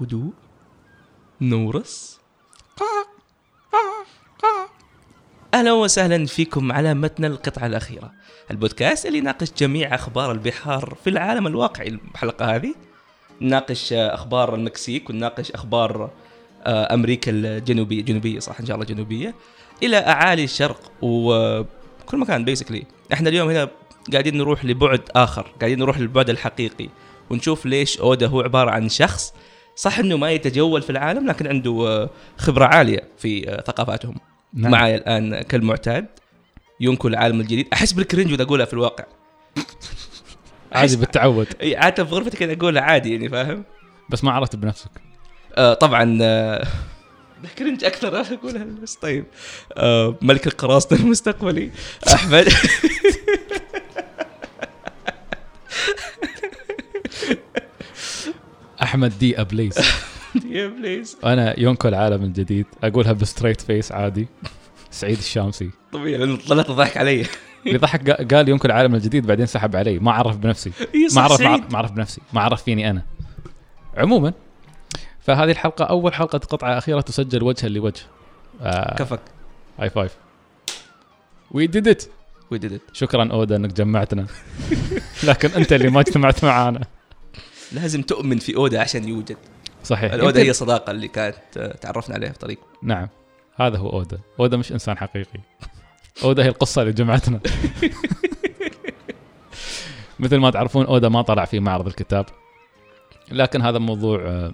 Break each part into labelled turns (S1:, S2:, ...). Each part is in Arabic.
S1: هدوء نورس اهلا وسهلا فيكم على متن القطعه الاخيره البودكاست اللي يناقش جميع اخبار البحار في العالم الواقعي الحلقه هذه نناقش آه، اخبار المكسيك ونناقش اخبار آه، امريكا الجنوبيه جنوبيه صح ان شاء الله جنوبيه الى اعالي الشرق وكل مكان بيسكلي احنا اليوم هنا قاعدين نروح لبعد اخر قاعدين نروح للبعد الحقيقي ونشوف ليش اودا هو عباره عن شخص صح انه ما يتجول في العالم لكن عنده آه، خبره عاليه في آه، ثقافاتهم نعم. معي الان كالمعتاد ينكو العالم الجديد احس بالكرنج واذا اقولها في الواقع
S2: عادي بالتعود
S1: إي، حتى في غرفتي كذا اقولها عادي يعني فاهم
S2: بس ما عرفت بنفسك
S1: آه طبعا آه كرنج اكثر انا اقولها بس طيب آه ملك القراصنه المستقبلي احمد
S2: احمد دي ابليس
S1: يا بليز
S2: انا يونكو العالم الجديد اقولها بستريت فيس عادي سعيد الشامسي
S1: طبيعي لأنه طلعت تضحك علي
S2: اللي ضحك قا- قال يونكو العالم الجديد بعدين سحب علي ما عرف بنفسي
S1: إي صح
S2: ما عرف
S1: سعيد.
S2: ما عرف بنفسي ما عرف فيني انا عموما فهذه الحلقه اول حلقه قطعه اخيره تسجل وجها لوجه آه
S1: كفك
S2: هاي فايف وي ديد ات
S1: وي ديد ات
S2: شكرا اودا انك جمعتنا لكن انت اللي ما اجتمعت معانا
S1: لازم تؤمن في اودا عشان يوجد
S2: صحيح
S1: الاودا
S2: يمكن-
S1: هي صداقه اللي كانت آه، تعرفنا عليها في طريق
S2: نعم هذا هو اودا اودا مش انسان حقيقي اودا هي القصه اللي جمعتنا مثل ما تعرفون اودا ما طلع في معرض الكتاب لكن هذا موضوع آه،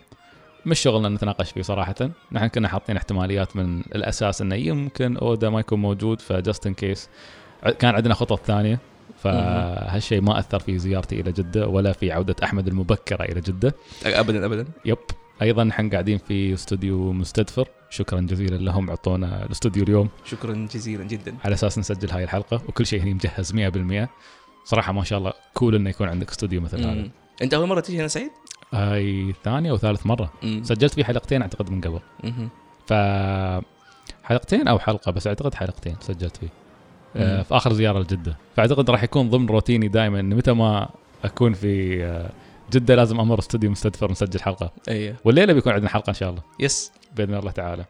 S2: مش شغلنا نتناقش فيه صراحه نحن كنا حاطين احتماليات من الاساس انه يمكن اودا ما يكون موجود فجاست ان كيس كان عندنا خطط ثانيه فهالشيء ما اثر في زيارتي الى جده ولا في عوده احمد المبكره الى جده
S1: ابدا ابدا
S2: يب ايضا نحن قاعدين في استوديو مستدفر شكرا جزيلا لهم عطونا الاستوديو اليوم
S1: شكرا جزيلا جدا
S2: على اساس نسجل هاي الحلقه وكل شيء هني مجهز 100% صراحه ما شاء الله كول انه يكون عندك استوديو مثل هذا
S1: مم. انت اول مره تيجي هنا سعيد؟
S2: هاي ثانيه او ثالث مره
S1: مم.
S2: سجلت فيه حلقتين اعتقد من قبل
S1: مهم.
S2: ف حلقتين او حلقه بس اعتقد حلقتين سجلت فيه آه،
S1: مم.
S2: في اخر زياره لجده فاعتقد راح يكون ضمن روتيني دائما إن متى ما اكون في آه، جده لازم امر استوديو مستدفر نسجل حلقه
S1: ايوه
S2: والليله بيكون عندنا حلقه ان شاء الله
S1: يس
S2: باذن الله تعالى.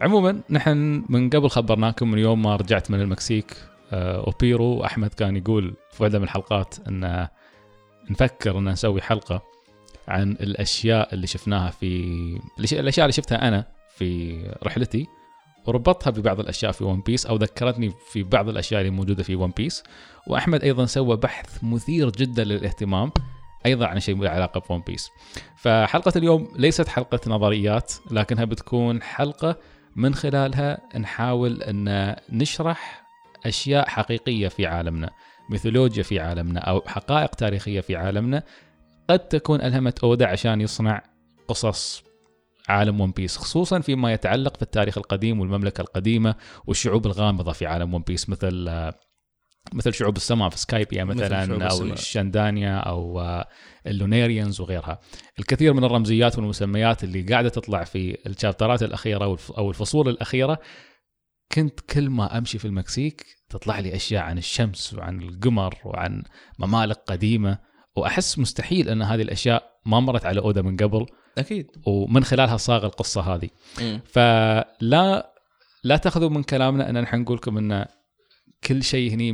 S2: عموما نحن من قبل خبرناكم من يوم ما رجعت من المكسيك آه، اوبيرو واحمد كان يقول في واحده من الحلقات ان نفكر ان نسوي حلقه عن الاشياء اللي شفناها في الأش- الاشياء اللي شفتها انا في رحلتي وربطها ببعض الاشياء في ون بيس او ذكرتني في بعض الاشياء اللي موجوده في ون بيس واحمد ايضا سوى بحث مثير جدا للاهتمام ايضا عن شيء له علاقه بون بيس فحلقه اليوم ليست حلقه نظريات لكنها بتكون حلقه من خلالها نحاول ان نشرح اشياء حقيقيه في عالمنا ميثولوجيا في عالمنا او حقائق تاريخيه في عالمنا قد تكون الهمت اودا عشان يصنع قصص عالم ون بيس خصوصا فيما يتعلق في التاريخ القديم والمملكه القديمه والشعوب الغامضه في عالم ون بيس مثل مثل شعوب السماء في سكايبيا
S1: مثل
S2: مثلا
S1: شعوب
S2: او
S1: السماء.
S2: الشندانيا او آه، اللونيريانز وغيرها الكثير من الرمزيات والمسميات اللي قاعده تطلع في الشابترات الاخيره والف- او الفصول الاخيره كنت كل ما امشي في المكسيك تطلع لي اشياء عن الشمس وعن القمر وعن ممالك قديمه واحس مستحيل ان هذه الاشياء ما مرت على اودا من قبل
S1: اكيد
S2: ومن خلالها صاغ القصه هذه
S1: مم.
S2: فلا لا تاخذوا من كلامنا ان نحن نقول لكم ان كل شيء هني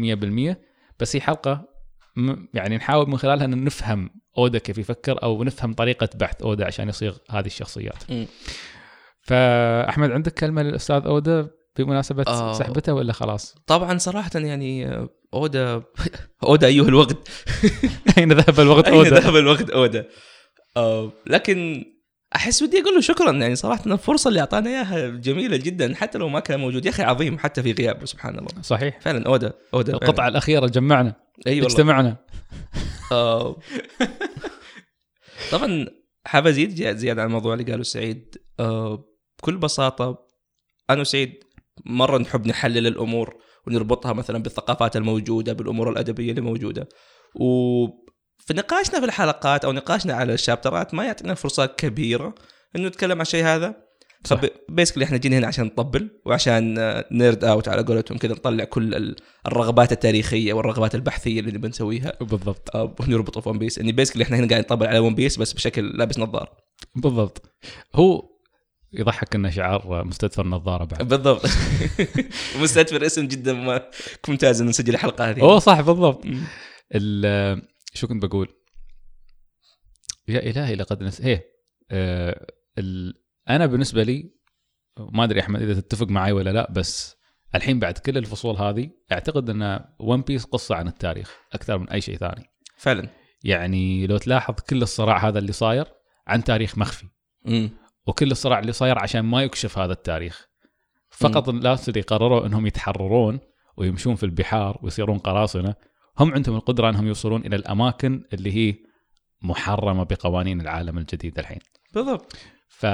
S2: 100% بس هي حلقه م- يعني نحاول من خلالها ان نفهم اودا كيف يفكر او نفهم طريقه بحث اودا عشان يصيغ هذه الشخصيات.
S1: مم.
S2: فاحمد عندك كلمه للاستاذ اودا بمناسبه
S1: آه.
S2: سحبته ولا خلاص؟
S1: طبعا صراحه يعني آه، اودا اودا ايها الوقت
S2: اين ذهب الوقت
S1: اين
S2: اودا؟
S1: ذهب الوقت اودا آه، لكن احس ودي اقول له شكرا يعني صراحه الفرصه اللي اعطانا اياها جميله جدا حتى لو ما كان موجود يا اخي عظيم حتى في غيابه سبحان الله
S2: صحيح
S1: فعلا اودا اودا
S2: القطعه الاخيره جمعنا
S1: اي والله
S2: اجتمعنا
S1: آه. طبعا حاب ازيد زي- زياده على الموضوع اللي قاله سعيد آه، بكل بساطه انا وسعيد مره نحب نحلل الامور ونربطها مثلا بالثقافات الموجوده بالامور الادبيه اللي موجوده وفي نقاشنا في الحلقات او نقاشنا على الشابترات ما يعطينا فرصه كبيره انه نتكلم عن شيء هذا
S2: صح.
S1: فبيسكلي احنا جينا هنا عشان نطبل وعشان آه، نيرد اوت على قولتهم كذا نطلع كل ال- الرغبات التاريخيه والرغبات البحثيه اللي بنسويها
S2: بالضبط
S1: آه، ونربطه في ون بيس اني بيسكلي احنا هنا قاعدين نطبل على ون بيس بس بشكل لابس نظاره
S2: بالضبط هو يضحك انه شعار مستدفر النظاره بعد
S1: بالضبط مستثمر اسم جدا ما- ممتاز انه نسجل الحلقه هذه
S2: اوه صح بالضبط
S1: مم.
S2: ال- شو كنت بقول؟ يا الهي لقد نس ايه آه، ال- انا بالنسبه لي ما ادري احمد اذا تتفق معي ولا لا بس الحين بعد كل الفصول هذه اعتقد ان ون بيس قصه عن التاريخ اكثر من اي شيء ثاني
S1: فعلا
S2: يعني لو تلاحظ كل الصراع هذا اللي صاير عن تاريخ مخفي
S1: مم.
S2: وكل الصراع اللي صاير عشان ما يكشف هذا التاريخ فقط الناس اللي قرروا انهم يتحررون ويمشون في البحار ويصيرون قراصنه هم عندهم القدره انهم يوصلون الى الاماكن اللي هي محرمه بقوانين العالم الجديد الحين
S1: بالضبط
S2: ف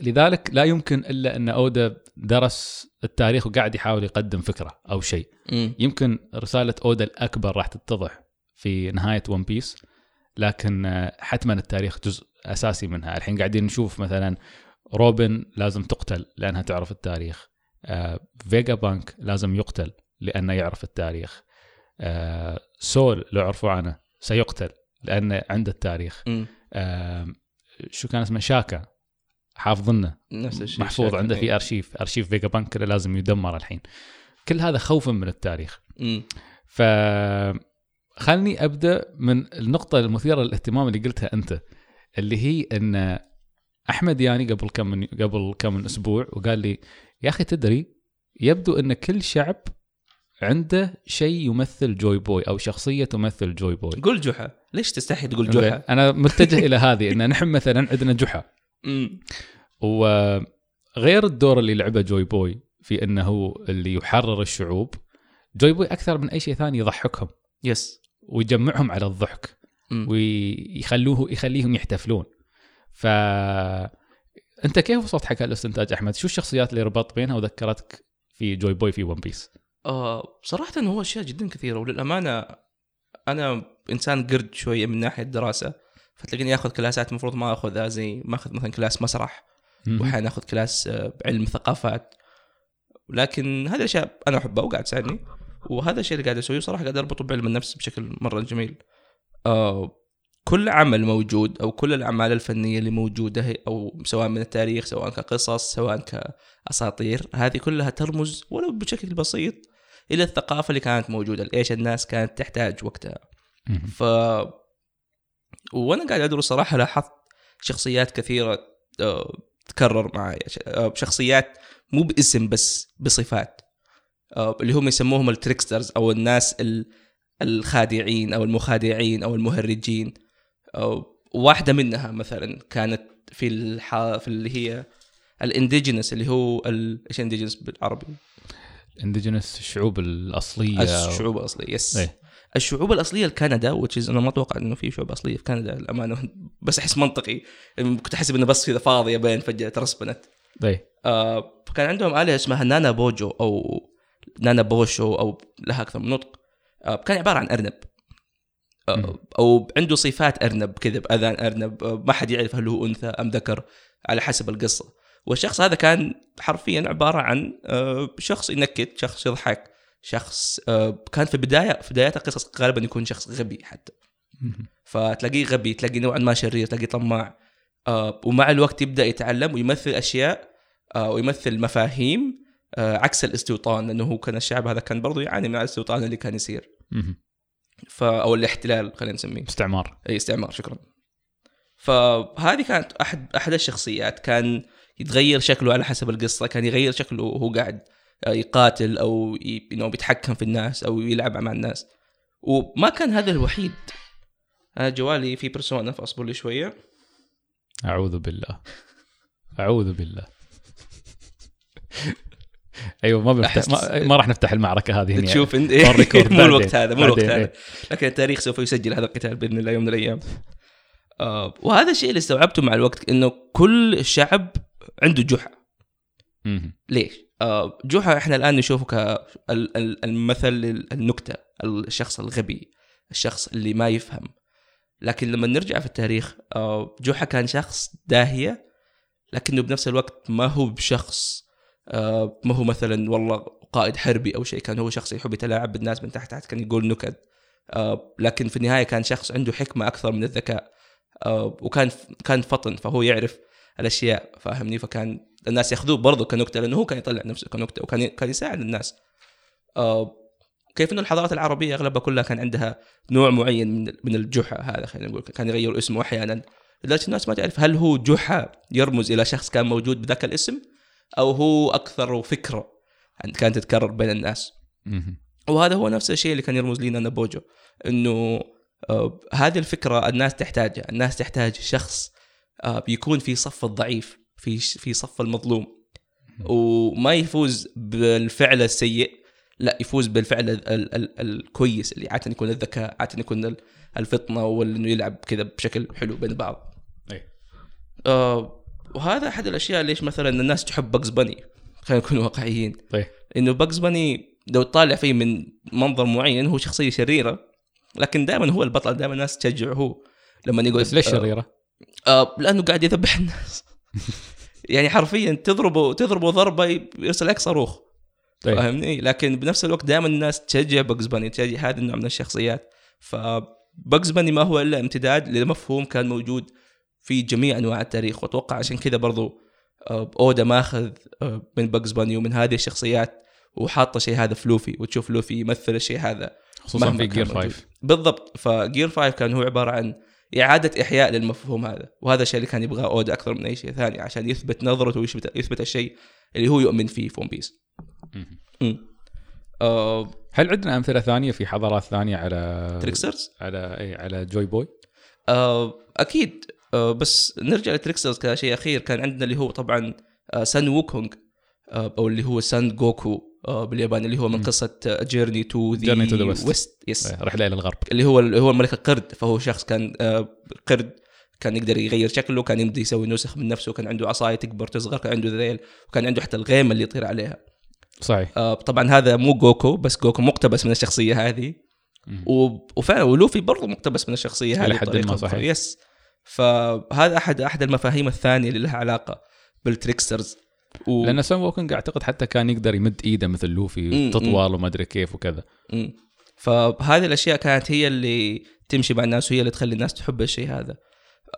S2: لذلك لا يمكن الا ان اودا درس التاريخ وقاعد يحاول يقدم فكره او شيء
S1: مم.
S2: يمكن رساله اودا الاكبر راح تتضح في نهايه ون بيس لكن آه، حتما التاريخ جزء اساسي منها الحين قاعدين نشوف مثلا روبن لازم تقتل لانها تعرف التاريخ آه، فيجا بانك لازم يقتل لانه يعرف التاريخ آه، سول لو عرفوا عنه سيقتل لانه عنده التاريخ
S1: مم.
S2: آه، شو كان اسمه شاكا حافظنه
S1: نفس الشيء إيه.
S2: محفوظ
S1: شايف.
S2: عنده في ارشيف ارشيف فيجا بانك كله لازم يدمر الحين كل هذا خوفا من التاريخ
S1: مم.
S2: ف خلني ابدا من النقطه المثيره للاهتمام اللي قلتها انت اللي هي ان احمد ياني قبل كم من قبل كم من اسبوع وقال لي يا اخي تدري يبدو ان كل شعب عنده شيء يمثل جوي بوي او شخصيه تمثل جوي بوي
S1: قول جحا ليش تستحي تقول جحا؟
S2: انا متجه الى هذه ان نحن مثلا عندنا جحا
S1: مم.
S2: وغير الدور اللي لعبه جوي بوي في انه هو اللي يحرر الشعوب جوي بوي اكثر من اي شيء ثاني يضحكهم
S1: يس
S2: ويجمعهم على الضحك
S1: مم.
S2: ويخلوه يخليهم يحتفلون ف انت كيف وصلت حق الاستنتاج احمد شو الشخصيات اللي ربطت بينها وذكرتك في جوي بوي في ون بيس
S1: آه صراحة هو أشياء جدا كثيرة وللأمانة أنا إنسان قرد شوية من ناحية الدراسة فتلاقيني آخذ كلاسات المفروض ما آخذها زي ما آخذ مثلا كلاس مسرح وأحيانا آخذ كلاس آه، علم ثقافات لكن هذه الأشياء أنا أحبها وقاعد تساعدني وهذا الشيء اللي قاعد أسويه صراحة قاعد أربطه بعلم النفس بشكل مرة جميل آه كل عمل موجود أو كل الأعمال الفنية اللي موجودة هي- أو سواء من التاريخ سواء كقصص سواء كأساطير هذه كلها ترمز ولو بشكل بسيط الى الثقافه اللي كانت موجوده ايش الناس كانت تحتاج وقتها
S2: مهم.
S1: ف وانا قاعد ادرس صراحه لاحظت شخصيات كثيره آه، تكرر معي ش- آه، شخصيات مو باسم بس بصفات آه، اللي هم يسموهم التريكسترز او الناس ال- الخادعين او المخادعين او المهرجين آه، واحده منها مثلا كانت في الح... في اللي هي الانديجينس اللي هو ال... ايش انديجينس بالعربي؟
S2: انديجنس الشعوب الاصليه
S1: الشعوب الاصليه يس
S2: إيه.
S1: الشعوب الاصليه لكندا وتشيز انا ما اتوقع انه في شعوب اصليه في كندا للامانه بس احس منطقي كنت احسب انه بس كذا فاضيه بين فجاه ترسبنت
S2: إيه.
S1: آه كان عندهم آلهة اسمها نانا بوجو أو نانا بوشو أو لها أكثر من نطق آه كان عبارة عن أرنب
S2: مم.
S1: آه أو عنده صفات أرنب كذا بأذان أرنب آه ما حد يعرف هل هو أنثى أم ذكر على حسب القصة والشخص هذا كان حرفيا عبارة عن آه شخص ينكت شخص يضحك شخص آه كان في بداية في بدايات القصص غالبا يكون شخص غبي حتى
S2: مهم.
S1: فتلاقيه غبي تلاقيه نوعا ما شرير تلاقيه طماع آه، ومع الوقت يبدا يتعلم ويمثل اشياء آه، ويمثل مفاهيم آه، عكس الاستوطان لانه هو كان الشعب هذا كان برضو يعاني من الاستوطان اللي كان يصير
S2: مهم.
S1: ف او الاحتلال خلينا نسميه
S2: استعمار
S1: اي استعمار شكرا فهذه كانت احد احد الشخصيات كان يتغير شكله على حسب القصه كان يغير شكله وهو قاعد آه، يقاتل او ي- انه بيتحكم في الناس او يلعب مع الناس وما كان هذا الوحيد انا جوالي في بيرسونا فاصبر لي شويه
S2: اعوذ بالله اعوذ بالله ايوه ما بنفتح ما, ما راح نفتح المعركه هذه هنا
S1: تشوف انت
S2: On record.
S1: مو الوقت
S2: بعدين.
S1: هذا مو الوقت
S2: بعدين.
S1: هذا لكن التاريخ سوف يسجل هذا القتال باذن الله يوم من الايام آه، وهذا الشيء اللي استوعبته مع الوقت انه كل الشعب عنده جحا
S2: مهم.
S1: ليش؟ آه، جحا احنا الان نشوفه كالمثل النكته الشخص الغبي الشخص اللي ما يفهم لكن لما نرجع في التاريخ آه، جحا كان شخص داهيه لكنه بنفس الوقت ما هو بشخص آه، ما هو مثلا والله قائد حربي او شيء كان هو شخص يحب يتلاعب بالناس من تحت تحت كان يقول نكت آه، لكن في النهايه كان شخص عنده حكمه اكثر من الذكاء آه، وكان كان فطن فهو يعرف الاشياء فاهمني فكان الناس ياخذوه برضه كنكته لانه هو كان يطلع نفسه كنكته وكان كان يساعد الناس آه، كيف انه الحضارات العربيه اغلبها كلها كان عندها نوع معين من من الجحا هذا خلينا نقول كان يغير اسمه احيانا لدرجه الناس ما تعرف هل هو جحا يرمز الى شخص كان موجود بذاك الاسم او هو اكثر فكره كانت تتكرر بين الناس
S2: مهم.
S1: وهذا هو نفس الشيء اللي كان يرمز لنا نابوجو انه آه، هذه الفكره الناس تحتاجها الناس تحتاج شخص آه، بيكون في صف الضعيف في في صف المظلوم وما يفوز بالفعل السيء لا يفوز بالفعل ال ال ال الكويس اللي عاده يكون الذكاء عاده يكون ال- الفطنه وانه يلعب كذا بشكل حلو بين بعض
S2: أي.
S1: آه وهذا احد الاشياء ليش مثلا الناس تحب بجز باني خلينا نكون واقعيين
S2: طيب
S1: انه باكس باني لو تطالع فيه من منظر معين هو شخصيه شريره لكن دائما هو البطل دائما الناس تشجعه هو لما يقول
S2: بس ليش شريره؟
S1: آه لانه قاعد يذبح الناس يعني حرفيا تضربه تضربه ضربه يرسل لك صاروخ
S2: طيب
S1: فاهمني لكن بنفس الوقت دائما الناس تشجع باكس باني تشجع هذا النوع من الشخصيات ف باكس باني ما هو الا امتداد لمفهوم كان موجود في جميع انواع التاريخ واتوقع عشان كذا برضو آه، اودا ماخذ آه، من باكس باني ومن هذه الشخصيات وحاطه شيء هذا في لوفي وتشوف لوفي يمثل الشيء هذا
S2: خصوصا
S1: مهما
S2: في
S1: كان
S2: جير
S1: موجود.
S2: 5
S1: بالضبط فجير 5 كان هو عباره عن اعاده احياء للمفهوم هذا وهذا الشيء اللي كان يبغاه اودا اكثر من اي شيء ثاني عشان يثبت نظرته ويثبت يثبت الشيء اللي هو يؤمن فيه في ون بيس
S2: مهم.
S1: آه،
S2: هل عندنا امثله ثانيه في حضارات ثانيه على
S1: تريكسرز
S2: على اي على جوي بوي؟
S1: آه، اكيد آه، بس نرجع لتريكسرز كشيء اخير كان عندنا اللي هو طبعا آه، سان ووكونج آه، او اللي هو سان جوكو آه، باليابان اللي هو من
S2: مم.
S1: قصه جيرني تو
S2: Journey to the West. إيه.
S1: ويست يس
S2: رحله الى الغرب
S1: اللي هو اللي هو ملك القرد فهو شخص كان آه، قرد كان يقدر يغير شكله كان يمدي يسوي نسخ من نفسه كان عنده عصايه تكبر تصغر كان عنده ذيل وكان عنده حتى الغيمه اللي يطير عليها
S2: صحيح
S1: آه، طبعا هذا مو جوكو بس جوكو مقتبس من الشخصيه هذه
S2: مهم.
S1: و- وفعلا ولوفي برضه مقتبس من الشخصيه هذه
S2: إلى حد
S1: بطريقة
S2: ما صحيح.
S1: أخرى. يس فهذا احد احد المفاهيم الثانيه اللي لها علاقه بالتريكسترز و...
S2: لان سام ووكينج اعتقد حتى كان يقدر يمد ايده مثل لوفي
S1: مم،
S2: تطول وما ادري كيف وكذا
S1: مم. فهذه الاشياء كانت هي اللي تمشي مع الناس وهي اللي تخلي الناس تحب الشيء هذا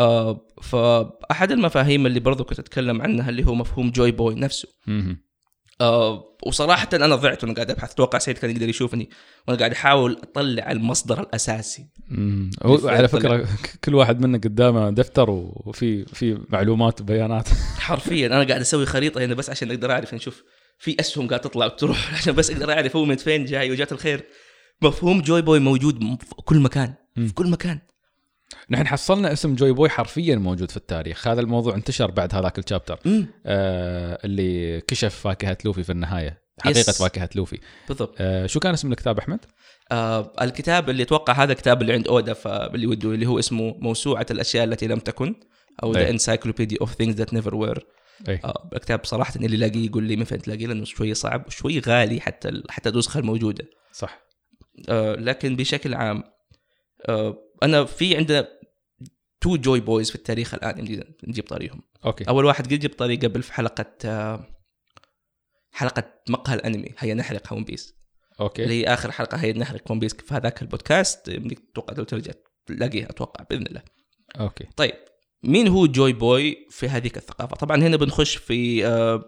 S1: آه، فاحد المفاهيم اللي برضو كنت اتكلم عنها اللي هو مفهوم جوي بوي نفسه
S2: مهم.
S1: آه، وصراحه انا ضعت وانا قاعد ابحث اتوقع سعيد كان يقدر يشوفني وانا قاعد احاول اطلع المصدر الاساسي
S2: مم. هو
S1: بالفعل
S2: على فكره ك- كل واحد منا قدامه دفتر وفي في معلومات وبيانات
S1: حرفيا انا قاعد اسوي خريطه هنا بس عشان اقدر اعرف نشوف في اسهم قاعد تطلع وتروح عشان بس اقدر اعرف هو من فين جاي وجات الخير مفهوم جوي بوي موجود م- في كل مكان
S2: مم.
S1: في كل مكان
S2: نحن حصلنا اسم جوي بوي حرفيا موجود في التاريخ هذا الموضوع انتشر بعد هذاك الشابتر
S1: مم.
S2: آه اللي كشف فاكهه لوفي في النهايه حقيقه
S1: Yes.
S2: فاكهه لوفي
S1: بالضبط
S2: آه شو كان اسم الكتاب احمد
S1: آه الكتاب اللي اتوقع هذا الكتاب اللي عند اودا فاللي وده اللي هو اسمه موسوعه الاشياء التي لم تكن او ذا
S2: أي.
S1: انسايكلوبيديا اوف ثينجز ذات نيفر وير
S2: اي
S1: آه، الكتاب صراحه اللي لاقيه يقول لي من فين تلاقيه لانه شوي صعب وشوي غالي حتى ال- حتى النسخه الموجوده
S2: صح
S1: آه لكن بشكل عام آه انا في عندنا تو جوي بويز في التاريخ الان نجي- نجيب طريقهم
S2: اوكي
S1: اول واحد قد جبت طريقه قبل في حلقه آه حلقه مقهى الانمي هيا نحرق ون بيس
S2: اوكي
S1: اللي هي اخر حلقه هي نحرق ون بيس في هذاك البودكاست يمديك اتوقع لو ترجع تلاقيها اتوقع باذن الله.
S2: اوكي
S1: طيب مين هو جوي بوي في هذيك الثقافه؟ طبعا هنا بنخش في آه،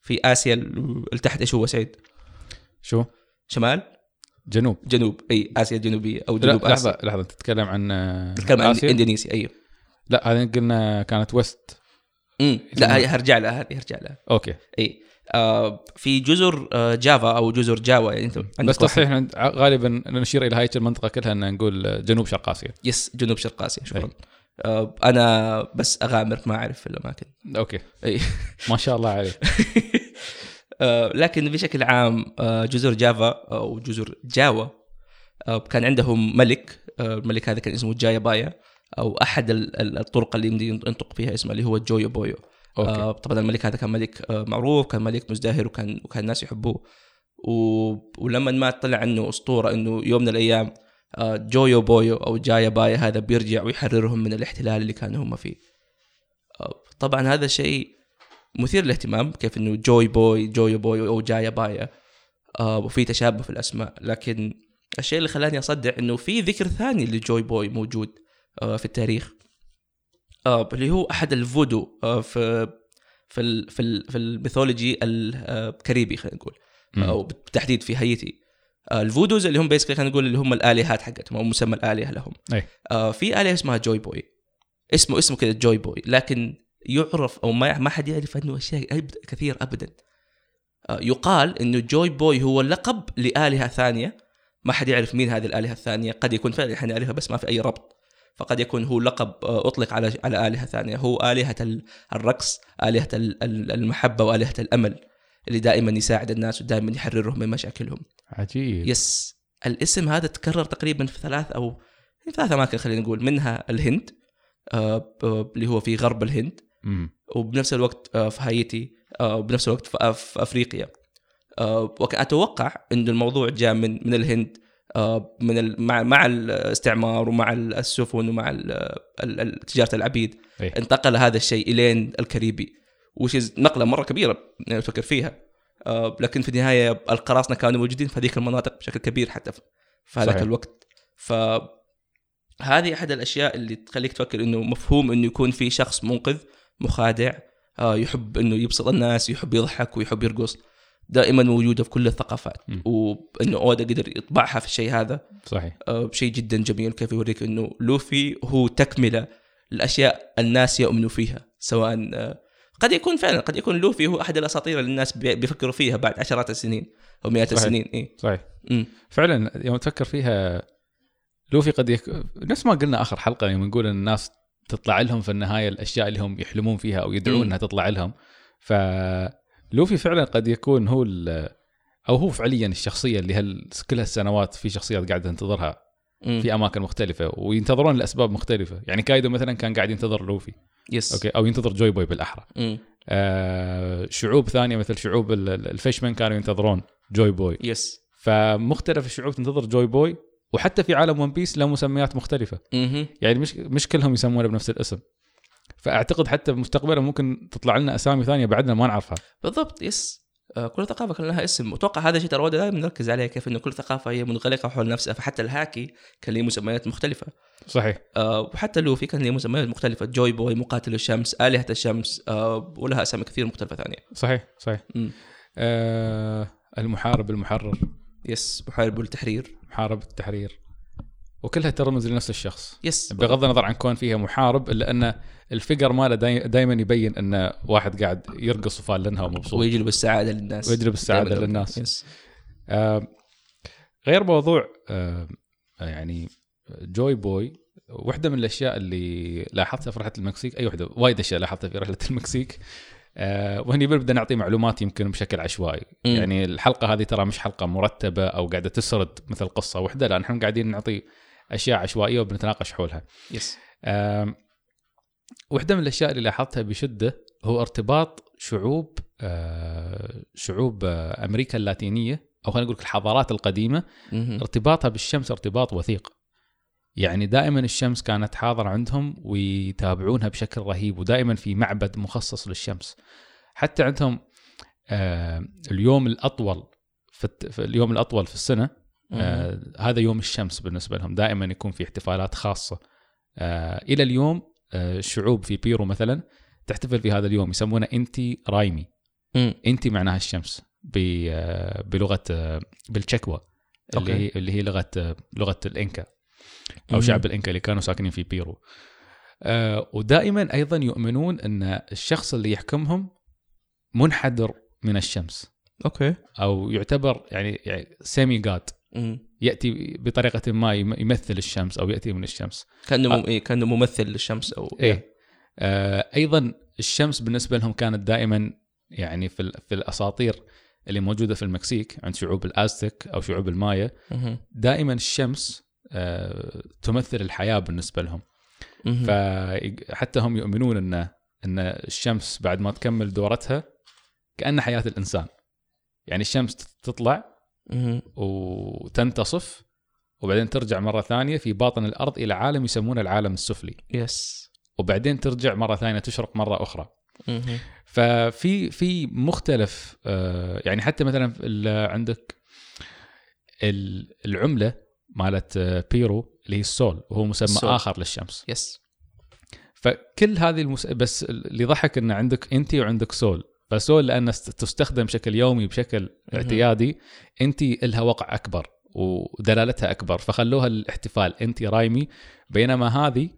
S1: في اسيا اللي تحت ايش هو سعيد؟
S2: شو
S1: شمال؟
S2: جنوب
S1: جنوب اي اسيا الجنوبيه او
S2: لا
S1: جنوب اسيا
S2: لحظه لحظه تتكلم عن آه،
S1: نتكلم عن أيوه.
S2: آسيا؟
S1: اندونيسيا اي
S2: لا هذه قلنا كانت ويست
S1: أمم، لا هي- هرجع لها هذه هرجع لها
S2: اوكي
S1: اي آه، في جزر آه، جافا او جزر جاوا يعني انت عندك
S2: بس
S1: وسط.
S2: تصحيح عند- غالبا نشير الى هاي المنطقه كلها ان نقول آه، جنوب شرق اسيا
S1: يس جنوب شرق اسيا شكرا
S2: أي.
S1: آه، انا بس اغامر ما اعرف الاماكن
S2: اوكي
S1: اي
S2: ما شاء الله عليك
S1: آه، لكن بشكل عام آه، جزر جافا او جزر جاوا آه، كان عندهم ملك آه، الملك هذا كان اسمه جايا بايا او احد ال- ال- الطرق اللي يمدي ينطق فيها اسمه اللي هو جويو بويو
S2: اوكي
S1: آه، طبعا الملك هذا كان ملك آه، معروف كان ملك مزدهر وكان وكان الناس يحبوه و... ولما ما طلع انه اسطوره انه يوم من الايام آه، جويو بويو او جايا بايا هذا بيرجع ويحررهم من الاحتلال اللي كانوا هم فيه آه، طبعا هذا شيء مثير للاهتمام كيف انه جوي بوي جويو بوي او جايا بايا آه، وفي تشابه في الاسماء لكن الشيء اللي خلاني اصدع انه في ذكر ثاني لجوي بوي موجود آه، في التاريخ آه، اللي هو احد الفودو آه، في في ال في ال في الميثولوجي الكاريبي خلينا نقول او بالتحديد في هايتي آه، الفودوز اللي هم بيسكلي خلينا نقول اللي هم الالهات حقتهم او مسمى الالهه لهم
S2: أي.
S1: آه، في الهه اسمها جوي بوي اسمه اسمه كذا جوي بوي لكن يعرف او ما ما حد يعرف عنه اشياء أب- كثير ابدا آه، يقال انه جوي بوي هو لقب لالهه ثانيه ما حد يعرف مين هذه الالهه الثانيه قد يكون فعلا احنا نعرفها بس ما في اي ربط فقد يكون هو لقب آه، اطلق على على الهه ثانيه هو الهه ال- الرقص الهه ال- ال- المحبه والهه الامل اللي دائما يساعد الناس ودائما يحررهم من مشاكلهم
S2: عجيب
S1: يس الاسم هذا تكرر تقريبا في ثلاث او في ثلاث اماكن خلينا نقول منها الهند آه، ب- اللي هو في غرب الهند
S2: مم.
S1: وبنفس الوقت آه، في هايتي آه، وبنفس الوقت في أف- في افريقيا آه، واتوقع ان الموضوع جاء من من الهند آه، من ال- مع مع الاستعمار ومع ال- السفن ومع ال- ال- ال- تجاره العبيد
S2: أي.
S1: انتقل هذا الشيء الين الكاريبي وش نقله مره كبيره يعني تفكر فيها آه، لكن في النهايه القراصنه كانوا موجودين في هذيك المناطق بشكل كبير حتى في- في هذاك
S2: صحيح.
S1: الوقت ف هذه احد الاشياء اللي تخليك تفكر انه مفهوم انه يكون في شخص منقذ مخادع آه، يحب انه يبسط الناس يحب يضحك ويحب يرقص دائما موجوده في كل الثقافات
S2: مم.
S1: وانه اودا قدر يطبعها في الشيء هذا
S2: صحيح
S1: آه، شيء جدا جميل كيف يوريك انه لوفي هو تكمله الاشياء الناس يؤمنوا فيها سواء آه، قد يكون فعلا قد يكون لوفي هو احد الاساطير اللي الناس بي- بيفكروا فيها بعد عشرات السنين او مئات
S2: صحيح.
S1: السنين اي
S2: صحيح
S1: أمم.
S2: فعلا يوم تفكر فيها لوفي قد يك... نفس ما قلنا اخر حلقه يوم نقول ان الناس تطلع لهم في النهايه الاشياء اللي هم يحلمون فيها او يدعون
S1: مم.
S2: انها تطلع لهم فلوفي فعلا قد يكون هو ال... او هو فعليا الشخصيه اللي هال... كل هالسنوات في شخصيات قاعده تنتظرها
S1: أمم.
S2: في اماكن مختلفه وينتظرون لاسباب مختلفه يعني كايدو مثلا كان قاعد ينتظر لوفي
S1: يس
S2: اوكي او ينتظر جوي بوي بالاحرى
S1: أمم.
S2: آه... شعوب ثانيه مثل شعوب ال- ال- الفيشمان كانوا ينتظرون جوي بوي
S1: يس
S2: فمختلف الشعوب تنتظر جوي بوي وحتى في عالم ون بيس له مسميات مختلفه
S1: اها
S2: يعني مش مش كلهم يسمونه بنفس الاسم فاعتقد حتى مستقبلا ممكن تطلع لنا اسامي ثانيه بعدنا ما نعرفها
S1: بالضبط يس آه، كل ثقافه كان لها اسم واتوقع هذا الشيء ترى وده دائما نركز عليه كيف انه كل ثقافه هي منغلقه حول نفسها فحتى الهاكي كان له مسميات مختلفه
S2: صحيح
S1: آه، وحتى لوفي كان له مسميات مختلفه جوي بوي مقاتل الشمس الهه الشمس آه، ولها اسامي كثير مختلفه ثانيه
S2: صحيح صحيح
S1: أمم.
S2: آه المحارب المحرر
S1: يس محارب التحرير
S2: محارب التحرير وكلها ترمز لنفس الشخص
S1: يس
S2: بغض النظر عن كون فيها محارب الا ان الفقر ماله دائما يبين انه واحد قاعد يرقص وفالنها ومبسوط
S1: ويجلب السعاده للناس
S2: ويجلب السعادة
S1: دايماً.
S2: للناس.
S1: يس
S2: آه، غير موضوع آه، يعني جوي بوي واحدة من الأشياء اللي لاحظتها في رحلة المكسيك أي واحدة وايد أشياء لاحظتها في رحلة المكسيك آه، وهني ببدأ نعطي معلومات يمكن بشكل عشوائي
S1: مم.
S2: يعني الحلقة هذه ترى مش حلقة مرتبة أو قاعدة تسرد مثل قصة واحدة لا نحن قاعدين نعطي أشياء عشوائية وبنتناقش حولها
S1: يس
S2: آم، واحدة من الأشياء اللي لاحظتها بشدة هو ارتباط شعوب آه، شعوب آه، أمريكا اللاتينية أو خلينا نقول الحضارات القديمة
S1: مهم.
S2: ارتباطها بالشمس ارتباط وثيق يعني دائما الشمس كانت حاضرة عندهم ويتابعونها بشكل رهيب ودائما في معبد مخصص للشمس حتى عندهم آه، اليوم الأطول في الت- في اليوم الأطول في السنة
S1: مهم.
S2: آه، هذا يوم الشمس بالنسبه لهم دائما يكون في احتفالات خاصه آه، الى اليوم آه، الشعوب في بيرو مثلا تحتفل في هذا اليوم يسمونه انتي رايمي
S1: مم.
S2: انتي معناها الشمس ب- آه، بلغه آه، بالتشكوى اللي
S1: أوكي.
S2: هي اللي هي لغه آه، لغه الانكا او
S1: مم.
S2: شعب الانكا اللي كانوا ساكنين في بيرو آه، ودائما ايضا يؤمنون ان الشخص اللي يحكمهم منحدر من الشمس
S1: اوكي
S2: او يعتبر يعني, يعني سيمي جاد
S1: مم.
S2: ياتي بطريقه ما يم- يمثل الشمس او ياتي من الشمس
S1: كانه
S2: آه.
S1: مم... إيه كانه ممثل للشمس او
S2: ايه آه ايضا الشمس بالنسبه لهم كانت دائما يعني في ال- في الاساطير اللي موجوده في المكسيك عند شعوب الازتك او شعوب المايا
S1: مهم.
S2: دائما الشمس آه تمثل الحياه بالنسبه لهم
S1: مهم.
S2: فحتى هم يؤمنون ان ان الشمس بعد ما تكمل دورتها كانها حياه الانسان يعني الشمس تطلع
S1: مهم.
S2: وتنتصف وبعدين ترجع مره ثانيه في باطن الارض الى عالم يسمونه العالم السفلي
S1: يس
S2: وبعدين ترجع مره ثانيه تشرق مره اخرى
S1: مهم.
S2: ففي في مختلف آه، يعني حتى مثلا في ال- عندك ال- العمله مالت آه، بيرو اللي هي السول وهو مسمى
S1: السول.
S2: اخر للشمس
S1: يس
S2: فكل هذه المس... بس اللي ضحك ان عندك انت وعندك سول فسول لان تستخدم بشكل يومي بشكل اعتيادي انت لها وقع اكبر ودلالتها اكبر فخلوها الاحتفال انت رايمي بينما هذه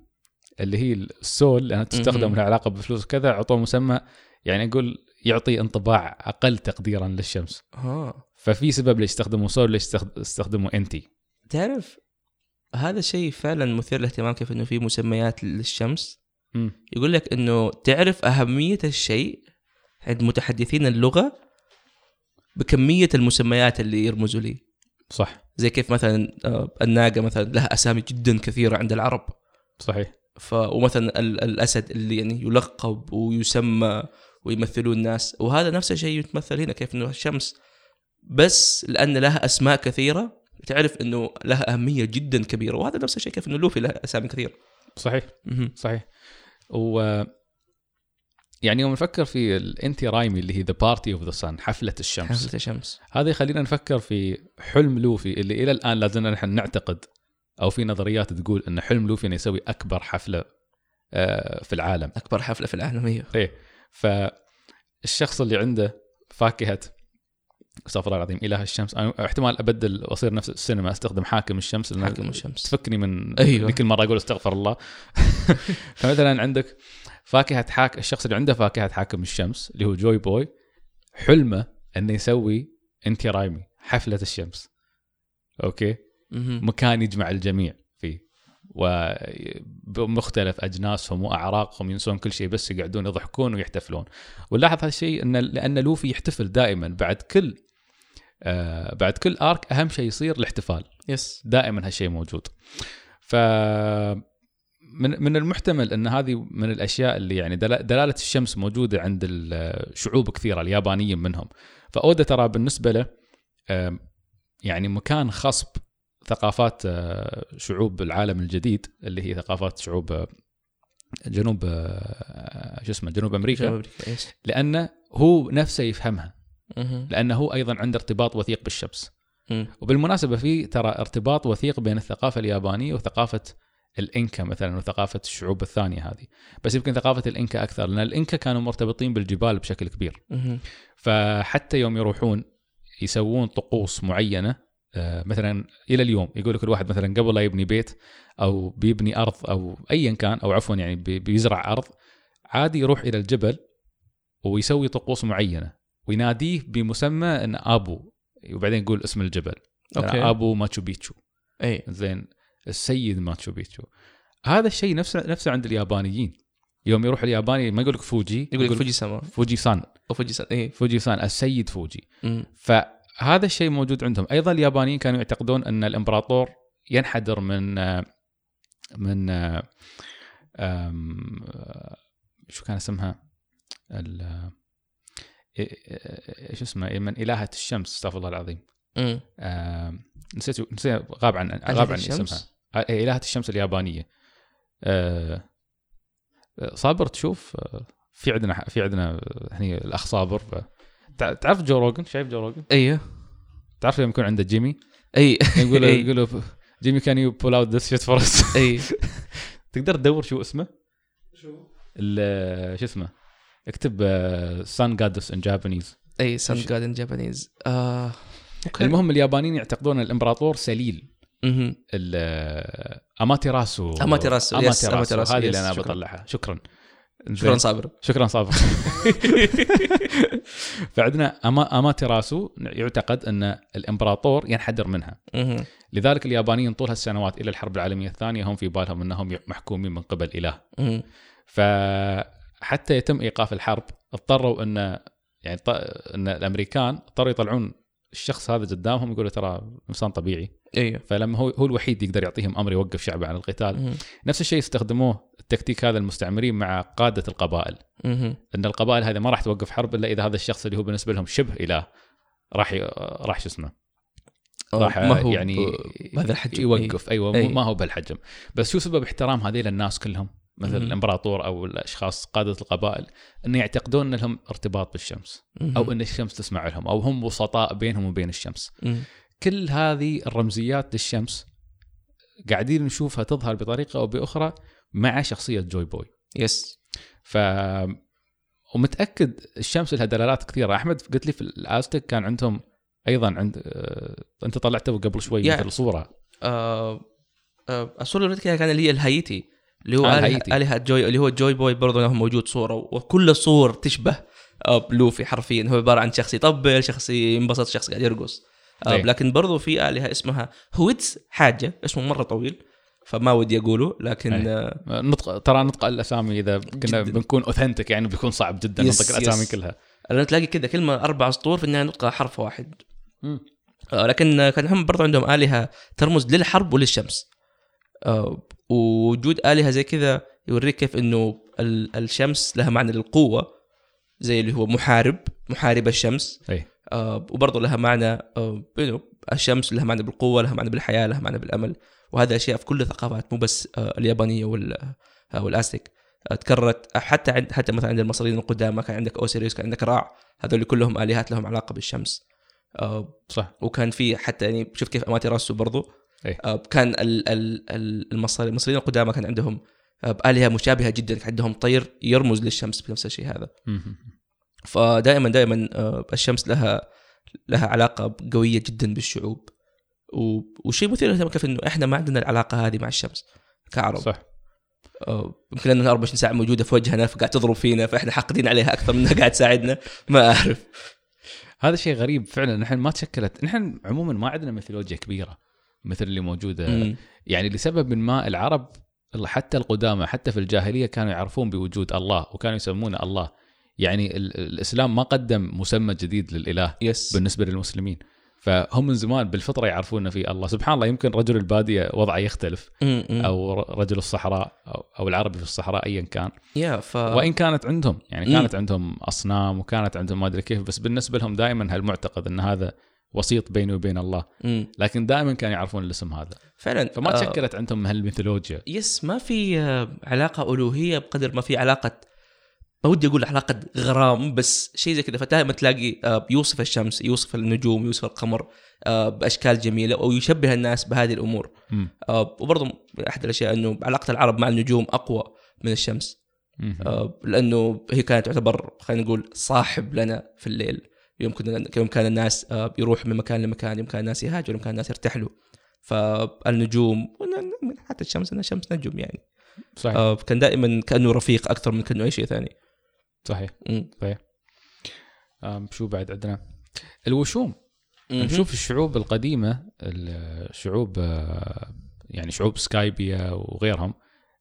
S2: اللي هي السول لانها تستخدم
S1: مهم.
S2: لها علاقه بفلوس وكذا اعطوه مسمى يعني اقول يعطي انطباع اقل تقديرا للشمس
S1: ها
S2: ففي سبب ليش استخدموا سول ليش استخد- استخدموا انت
S1: تعرف هذا شيء فعلا مثير للاهتمام كيف انه في مسميات للشمس
S2: مم.
S1: يقول لك انه تعرف اهميه الشيء عند متحدثين اللغه بكميه المسميات اللي يرمزوا لي
S2: صح
S1: زي كيف مثلا آه، الناقه مثلا لها اسامي جدا كثيره عند العرب
S2: صحيح
S1: ف ومثلا ال- الاسد اللي يعني يلقب ويسمى ويمثلون الناس وهذا نفس الشيء يتمثل هنا كيف انه الشمس بس لان لها اسماء كثيره تعرف انه لها اهميه جدا كبيره وهذا نفس الشيء كيف انه لوفي له اسامي كثيره
S2: صحيح
S1: مهم.
S2: صحيح و يعني يوم نفكر في الانتي رايمي اللي هي ذا بارتي اوف ذا سن حفله الشمس
S1: حفله الشمس
S2: هذا يخلينا نفكر في حلم لوفي اللي الى الان لازلنا نحن نعتقد او في نظريات تقول ان حلم لوفي انه يسوي اكبر حفله آه، في العالم
S1: اكبر حفله في العالم هي
S2: فالشخص اللي عنده فاكهه استغفر الله العظيم اله الشمس أنا احتمال ابدل واصير نفس السينما استخدم حاكم الشمس لأن
S1: حاكم الشمس
S2: تفكني من
S1: أيوة.
S2: أيوة. كل مره اقول استغفر الله فمثلا عندك فاكهه حاك الشخص اللي عنده فاكهه حاكم الشمس اللي هو جوي بوي حلمه انه يسوي انتي رايمي حفله الشمس اوكي
S1: مهم.
S2: مكان يجمع الجميع فيه ومختلف اجناسهم واعراقهم ينسون كل شيء بس يقعدون يضحكون ويحتفلون ولاحظ هذا الشيء ان لان لوفي يحتفل دائما بعد كل آه بعد كل ارك اهم شيء يصير الاحتفال
S1: يس
S2: دائما هالشيء موجود ف من من المحتمل ان هذه من الاشياء اللي يعني دلا- دلاله الشمس موجوده عند الشعوب كثيره اليابانيين منهم فاودا ترى بالنسبه له آم، يعني مكان خصب ثقافات آه، شعوب العالم الجديد اللي هي ثقافات شعوب آه، جنوب آه، شو اسمه جنوب
S1: شباب
S2: امريكا
S1: أمريكا، يس
S2: لانه هو نفسه يفهمها
S1: مهم.
S2: لانه هو ايضا عنده ارتباط وثيق بالشمس
S1: مم.
S2: وبالمناسبه في ترى ارتباط وثيق بين الثقافه اليابانيه وثقافه الانكا مثلا وثقافه الشعوب الثانيه هذه بس يمكن ثقافه الانكا اكثر لان الانكا كانوا مرتبطين بالجبال بشكل كبير
S1: مهم.
S2: فحتى يوم يروحون يسوون طقوس معينه آه، مثلا الى اليوم يقول لك الواحد مثلا قبل لا يبني بيت او بيبني ارض او ايا كان او عفوا يعني بي- بيزرع ارض عادي يروح الى الجبل ويسوي طقوس معينه ويناديه بمسمى ان ابو وبعدين يقول اسم الجبل
S1: اوكي
S2: أوكي. ابو ماتشو بيتشو
S1: اي
S2: زين السيد ماتشو بيتشو هذا الشيء نفسه نفسه عند اليابانيين يوم يروح الياباني ما يقول لك فوجي
S1: يقول لك فوجي سما
S2: فوجي سان
S1: او فوجي إيه. سان اي
S2: فوجي سان السيد فوجي
S1: مم.
S2: فهذا الشيء موجود عندهم ايضا اليابانيين كانوا يعتقدون ان الامبراطور ينحدر من من أم، شو كان اسمها ال- إيه، شو اسمه من الهه الشمس استغفر الله العظيم
S1: مم.
S2: آم، نسيت نسيت غاب عن
S1: ألهة
S2: غاب عن
S1: الشمس؟
S2: اسمها آه، إيه، إلهة الشمس اليابانية آه، آه، صابر تشوف آه، في عندنا في عندنا آه، هني الأخ صابر ف- تع- تعرف جو روجن شايف جو روجن
S1: ايوه
S2: تعرف لما يكون عنده جيمي يعني
S1: اي
S2: يقول
S1: إيه.
S2: يقول له، جيمي كان يو بول اوت ذس شيت فور اس
S1: اي
S2: تقدر تدور شو اسمه؟ ال- شو اسمه؟ اكتب آه، سان جادس ان جابانيز
S1: اي سان
S2: إيش؟
S1: جاردن جابانيز اه اوكي
S2: المهم اليابانيين يعتقدون ان الامبراطور سليل
S1: مهم.
S2: ال- اماتيراسو
S1: أماتيراسو، يس،
S2: اماتيراسو
S1: أماتيراسو،
S2: هذه
S1: يس،
S2: اللي انا
S1: شكراً.
S2: بطلعها شكرا
S1: شكرا
S2: زين.
S1: صابر
S2: شكرا صابر فعندنا أما اماتيراسو يعتقد ان الامبراطور ينحدر منها
S1: مهم.
S2: لذلك اليابانيين طول هالسنوات الى الحرب العالميه الثانيه هم في بالهم انهم محكومين من قبل اله
S1: مهم.
S2: فحتى يتم ايقاف الحرب اضطروا ان يعني ط... ان الامريكان اضطروا يطلعون الشخص هذا قدامهم يقولوا ترى انسان طبيعي
S1: ايوه
S2: فلما هو هو الوحيد يقدر يعطيهم امر يوقف شعبه عن القتال
S1: مهم.
S2: نفس الشيء استخدموه التكتيك هذا المستعمرين مع قاده القبائل
S1: مهم.
S2: ان القبائل هذه ما راح توقف حرب الا اذا هذا الشخص اللي هو بالنسبه لهم شبه اله راح ي... راح شو اسمه
S1: آه،
S2: راح
S1: ما هو
S2: يعني
S1: ب- بهذا الحجم
S2: يوقف ايوه
S1: أي.
S2: أي. ما هو بهالحجم بس شو سبب احترام هذيل الناس كلهم مثل
S1: مهم.
S2: الامبراطور او الاشخاص قاده القبائل انه يعتقدون ان لهم ارتباط بالشمس
S1: إيه. مهم.
S2: او ان الشمس تسمع لهم او هم وسطاء بينهم وبين الشمس
S1: مهم.
S2: كل هذه الرمزيات للشمس قاعدين نشوفها تظهر بطريقه او باخرى مع شخصيه جوي بوي
S1: يس
S2: ف ومتاكد الشمس لها دلالات كثيره احمد قلت لي في الازتك كان عندهم ايضا عند آه، انت طلعته قبل شوي
S1: يعني-
S2: مثل صوره
S1: آه، آه، الصوره اللي كان اللي هي الهايتي اللي هو
S2: آه،
S1: آلهة
S2: الهايتي.
S1: آلهة جوي اللي هو جوي بوي برضه له موجود صوره وكل الصور تشبه آه، بلوفي حرفيا هو عباره عن شخص يطبل شخص ينبسط شخص قاعد يرقص آه،
S2: إيه.
S1: لكن برضه في آلهة اسمها هويتس حاجه اسمه مره طويل فما ودي اقوله لكن
S2: إيه.
S1: آه،
S2: آه، نطق ترى نطق الاسامي اذا كنا
S1: جداً.
S2: بنكون اوثنتك يعني بيكون صعب جدا
S1: يس،
S2: نطق الاسامي
S1: يس.
S2: كلها
S1: لأن تلاقي كذا كلمه اربع سطور في النهايه نطقها حرف واحد
S2: مم.
S1: آه، لكن آه، كان هم برضه عندهم آلهة ترمز للحرب وللشمس آه، ووجود آلهة زي كذا يوريك كيف انه ال- الشمس لها معنى للقوة زي اللي هو محارب محارب الشمس
S2: اي
S1: آه، وبرضه لها معنى آه، إنه الشمس لها معنى بالقوة لها معنى بالحياة لها معنى بالأمل وهذا أشياء في كل الثقافات مو بس آه، اليابانية وال آه، والآسيك آه، تكررت حتى عند حتى مثلا عند المصريين القدامى كان عندك اوسيريوس كان عندك راع هذول كلهم آلهات لهم علاقة بالشمس آه،
S2: صح
S1: وكان في حتى يعني شوف كيف اماتيراسو برضو
S2: إيه.
S1: آه، كان ال- ال- ال- المصري- المصريين القدامى كان عندهم آه، آلهة مشابهة جدا كان عندهم طير يرمز للشمس بنفس الشيء هذا
S2: مم.
S1: فدائما دائما آه، الشمس لها لها علاقة قوية جدا بالشعوب و- وشيء مثير للاهتمام كيف انه احنا ما عندنا العلاقة هذه مع الشمس كعرب
S2: صح
S1: آه، يمكن لانها 24 ساعة موجودة في وجهنا فقاعد تضرب فينا فاحنا حاقدين عليها اكثر منها قاعد تساعدنا ما اعرف
S2: هذا شيء غريب فعلا نحن ما تشكلت نحن عموما ما عندنا ميثولوجيا كبيره مثل اللي موجوده
S1: مم.
S2: يعني لسبب ما العرب حتى القدامى حتى في الجاهليه كانوا يعرفون بوجود الله وكانوا يسمونه الله يعني ال- الاسلام ما قدم مسمى جديد للاله
S1: يس
S2: بالنسبه للمسلمين فهم من زمان بالفطره يعرفون إنه في الله سبحان الله يمكن رجل الباديه وضعه يختلف
S1: مم، مم.
S2: او ر- رجل الصحراء أو- او العربي في الصحراء ايا كان
S1: يا ف
S2: وان كانت عندهم يعني
S1: آه. مم.
S2: كانت عندهم اصنام وكانت عندهم ما ادري كيف بس بالنسبه لهم دائما هالمعتقد ان هذا وسيط بيني وبين الله
S1: مم.
S2: لكن دائما كانوا يعرفون الاسم هذا
S1: فعلا
S2: فما
S1: آه،
S2: تشكلت عندهم هالميثولوجيا
S1: يس ما في آه، علاقه الوهيه بقدر ما في علاقه ما ودي اقول علاقه غرام بس شيء زي كذا فدائما تلاقي آه، يوصف الشمس يوصف النجوم يوصف القمر آه، باشكال جميله او يشبه الناس بهذه الامور
S2: مم.
S1: آه، وبرضه احد الاشياء انه علاقه العرب مع النجوم اقوى من الشمس
S2: مم.
S1: آه، لانه هي كانت تعتبر خلينا نقول صاحب لنا في الليل يوم كنا يوم كان الناس آه، يروح من مكان لمكان يوم كان الناس يهاجروا يوم كان الناس يرتحلوا فالنجوم ون- حتى الشمس انها شمس نجم يعني
S2: صحيح
S1: آه، كان دائما كانه رفيق اكثر من كانه اي شيء ثاني
S2: صحيح
S1: مم.
S2: أم، شو بعد عندنا الوشوم
S1: مم.
S2: نشوف الشعوب القديمه الشعوب آه، يعني شعوب سكايبيا وغيرهم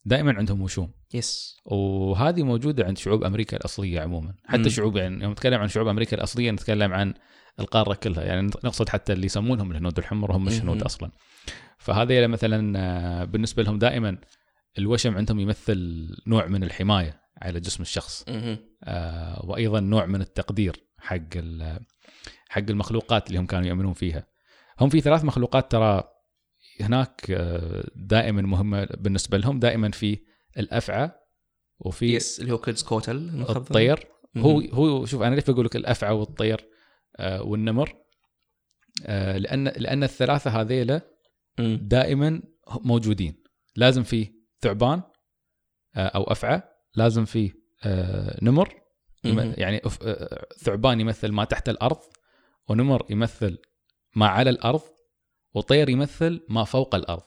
S2: دائما عندهم وشوم
S1: يس
S2: وهذه موجوده عند شعوب امريكا الاصليه عموما
S1: مم.
S2: حتى شعوب يعني يوم نتكلم عن شعوب امريكا الاصليه نتكلم عن القاره كلها يعني نقصد حتى اللي يسمونهم الهنود الحمر هم مش
S1: مم.
S2: هنود اصلا فهذه مثلا آه، بالنسبه لهم دائما الوشم عندهم يمثل نوع من الحمايه على جسم الشخص
S1: مم.
S2: آه، وايضا نوع من التقدير حق ال- آه، حق المخلوقات اللي هم كانوا يؤمنون فيها. هم في ثلاث مخلوقات ترى هناك آه، دائما مهمه بالنسبه لهم دائما في الافعى وفي
S1: يس اللي هو كيدز كوتل المخضر.
S2: الطير
S1: مم.
S2: هو هو شوف انا ليش بقول لك الافعى والطير آه، والنمر آه، لان لان الثلاثه هذيلا
S1: مم.
S2: دائما موجودين لازم في ثعبان آه، او افعى لازم في آه، نمر يم-
S1: مم.
S2: يعني أف- آه، ثعبان يمثل ما تحت الارض ونمر يمثل ما على الارض وطير يمثل ما فوق الارض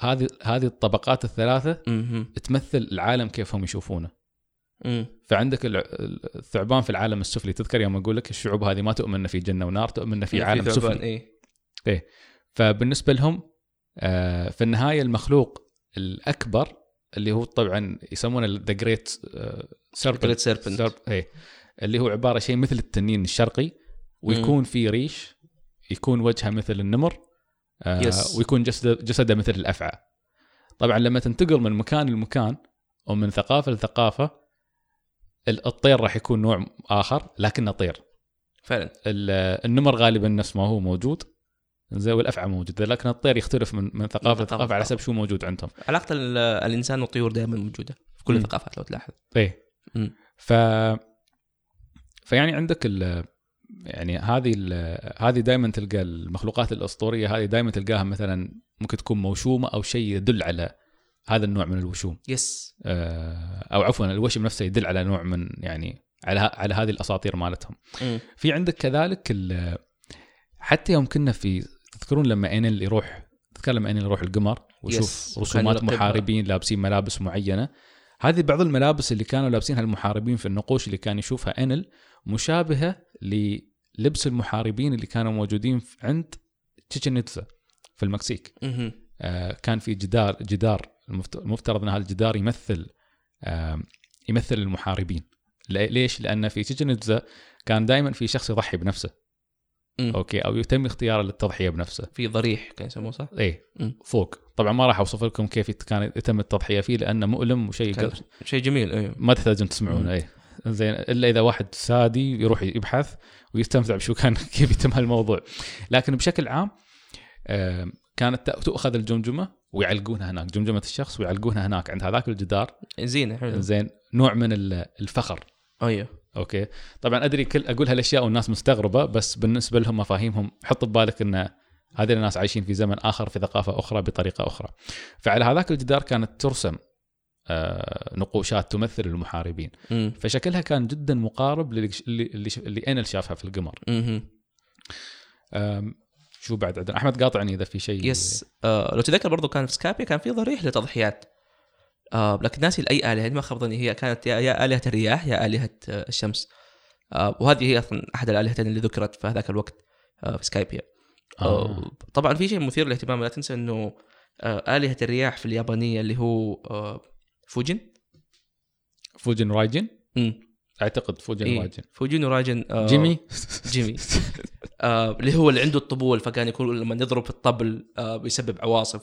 S2: هذه هذه الطبقات الثلاثه
S1: مم.
S2: تمثل العالم كيف هم يشوفونه
S1: مم.
S2: فعندك الع- الثعبان في العالم السفلي تذكر يوم اقول لك الشعوب هذه ما تؤمن إن في جنه ونار تؤمن إن في عالم
S1: ثعبان،
S2: سفلي
S1: إيه.
S2: فبالنسبه لهم آه، في النهايه المخلوق الاكبر اللي هو طبعا يسمونه ذا جريت سيربنت
S1: Great Serpent.
S2: اي إيه. اللي هو عباره شيء مثل التنين الشرقي ويكون في ريش يكون وجهه مثل النمر آه،
S1: Yes.
S2: ويكون جسده جسده مثل الافعى طبعا لما تنتقل من مكان لمكان ومن ثقافه لثقافه ال- الطير راح يكون نوع اخر لكنه طير
S1: فعلا
S2: ال- النمر غالبا نفس ما هو موجود زي والافعى موجوده لكن الطير يختلف من من ثقافه
S1: من ثقافة
S2: لثقافه على حسب شو موجود عندهم
S1: علاقه ال- الانسان والطيور دائما موجوده في كل
S2: مم.
S1: الثقافات لو تلاحظ
S2: ايه
S1: مم.
S2: ف فيعني عندك ال... يعني هذه ال... هذه دائما تلقى المخلوقات الاسطوريه هذه دائما تلقاها مثلا ممكن تكون موشومه او شيء يدل على هذا النوع من الوشوم
S1: يس
S2: آه، او عفوا الوشم نفسه يدل على نوع من يعني على على هذه الاساطير مالتهم
S1: مم.
S2: في عندك كذلك ال- حتى يوم كنا في تذكرون لما انل يروح تذكر لما انل يروح القمر ويشوف
S1: Yes. وكان
S2: رسومات
S1: يراقبها.
S2: محاربين لابسين ملابس معينه هذه بعض الملابس اللي كانوا لابسينها المحاربين في النقوش اللي كان يشوفها انل مشابهه للبس المحاربين اللي كانوا موجودين في- عند تشيتشن إتزا في المكسيك
S1: مهم.
S2: آه، كان في جدار جدار المفت- المفترض ان هذا الجدار يمثل آم، يمثل المحاربين ل- ليش؟ لان في تشيجنتزا كان دائما في شخص يضحي بنفسه
S1: مم.
S2: اوكي او يتم اختياره للتضحيه بنفسه
S1: في ضريح كان يسموه صح؟
S2: ايه
S1: مم.
S2: فوق طبعا ما راح اوصف لكم كيف يت- كان يتم التضحيه فيه لانه مؤلم وشيء
S1: كان
S2: قل-
S1: شيء جميل ايوه
S2: ما تحتاجون تسمعونه ايه زين الا اذا واحد سادي يروح يبحث ويستمتع بشو كان كيف يتم هالموضوع لكن بشكل عام آم، كانت تأ- تؤخذ الجمجمه ويعلقونها هناك جمجمه الشخص ويعلقونها هناك عند هذاك الجدار
S1: زينه حلو
S2: زين نوع من ال- الفخر
S1: ايوه
S2: اوكي طبعا ادري كل اقول هالاشياء والناس مستغربه بس بالنسبه لهم مفاهيمهم حط ببالك ان هذول الناس عايشين في زمن اخر في ثقافه اخرى بطريقه اخرى فعلى هذاك الجدار كانت ترسم آه، نقوشات تمثل المحاربين
S1: مم.
S2: فشكلها كان جدا مقارب للي اللي, اللي انل شافها في القمر
S1: مهم.
S2: أم، شو بعد عندنا احمد قاطعني اذا في شيء
S1: يس آه لو تذكر برضو كان في سكابيا كان في ضريح لتضحيات آه لكن ناسي لاي اله ما خاب ظني هي كانت يا, يا الهه الرياح يا الهه آه، الشمس آه وهذه هي اصلا احد الالهتين اللي ذكرت في هذاك الوقت آه في سكايبيا
S2: آه.
S1: آه. طبعا في شيء مثير للاهتمام لا تنسى انه آه الهه الرياح في اليابانيه اللي هو آه فوجن
S2: فوجن رايجن
S1: مم.
S2: اعتقد فوجن
S1: إيه.
S2: رايجن
S1: فوجن وراجن آه
S2: جيمي
S1: جيمي آه اللي هو اللي عنده الطبول فكان يكون لما يضرب في الطبل آه بيسبب عواصف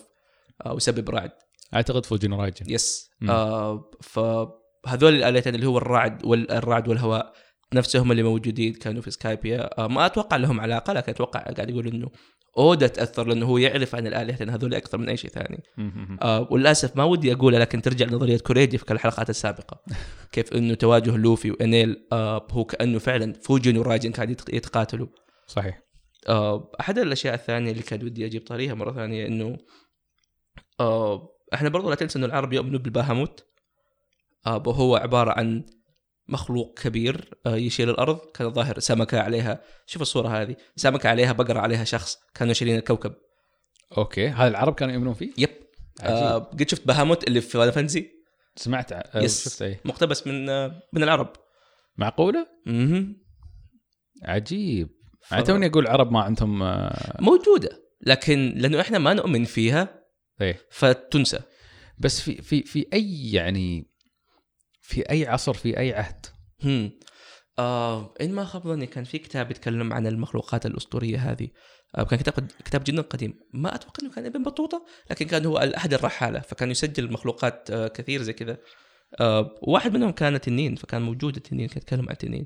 S1: آه ويسبب رعد
S2: اعتقد فوجن رايجن
S1: يس
S2: مم.
S1: آه فهذول الالتين اللي هو الرعد والرعد والهواء نفسهم اللي موجودين كانوا في سكايبيا آه ما اتوقع لهم علاقه لكن اتوقع قاعد يقول انه اودا تاثر لانه هو يعرف عن الالهتين هذول اكثر من اي شيء ثاني
S2: مهم.
S1: آه وللاسف ما ودي اقوله لكن ترجع لنظريه كوريدي في الحلقات السابقه كيف انه تواجه لوفي وانيل آه هو كانه فعلا فوجن وراجن كانوا يتق- يتقاتلوا
S2: صحيح
S1: آه، احد الاشياء الثانيه اللي كان ودي اجيب طاريها مره ثانيه انه آه، احنا برضو لا تنسى انه العرب يؤمنوا بالباهموت آه، وهو عباره عن مخلوق كبير آه، يشيل الارض كان ظاهر سمكه عليها شوف الصوره هذه سمكه عليها بقره عليها شخص كانوا شايلين الكوكب
S2: اوكي هذا العرب كانوا يؤمنون فيه
S1: يب آه،
S2: عجيب.
S1: قد شفت باهموت اللي في فاينل فانتسي
S2: سمعت ع- أه،
S1: يس.
S2: شفت ايه
S1: مقتبس من آه، من العرب
S2: معقوله
S1: مهم.
S2: عجيب
S1: ف-
S2: انا توني اقول عرب ما عندهم آه،
S1: موجوده لكن لانه احنا ما نؤمن فيها
S2: ايه
S1: فتنسى
S2: بس في في في اي يعني في اي عصر في اي عهد
S1: هم. آه ان ما خاب ظني كان في كتاب يتكلم عن المخلوقات الاسطوريه هذه آه كان كتاب كتاب جدا قديم ما اتوقع انه كان ابن بطوطه لكن كان هو احد الرحاله فكان يسجل مخلوقات آه كثير زي كذا آه واحد منهم كان تنين فكان موجود التنين كان يتكلم عن التنين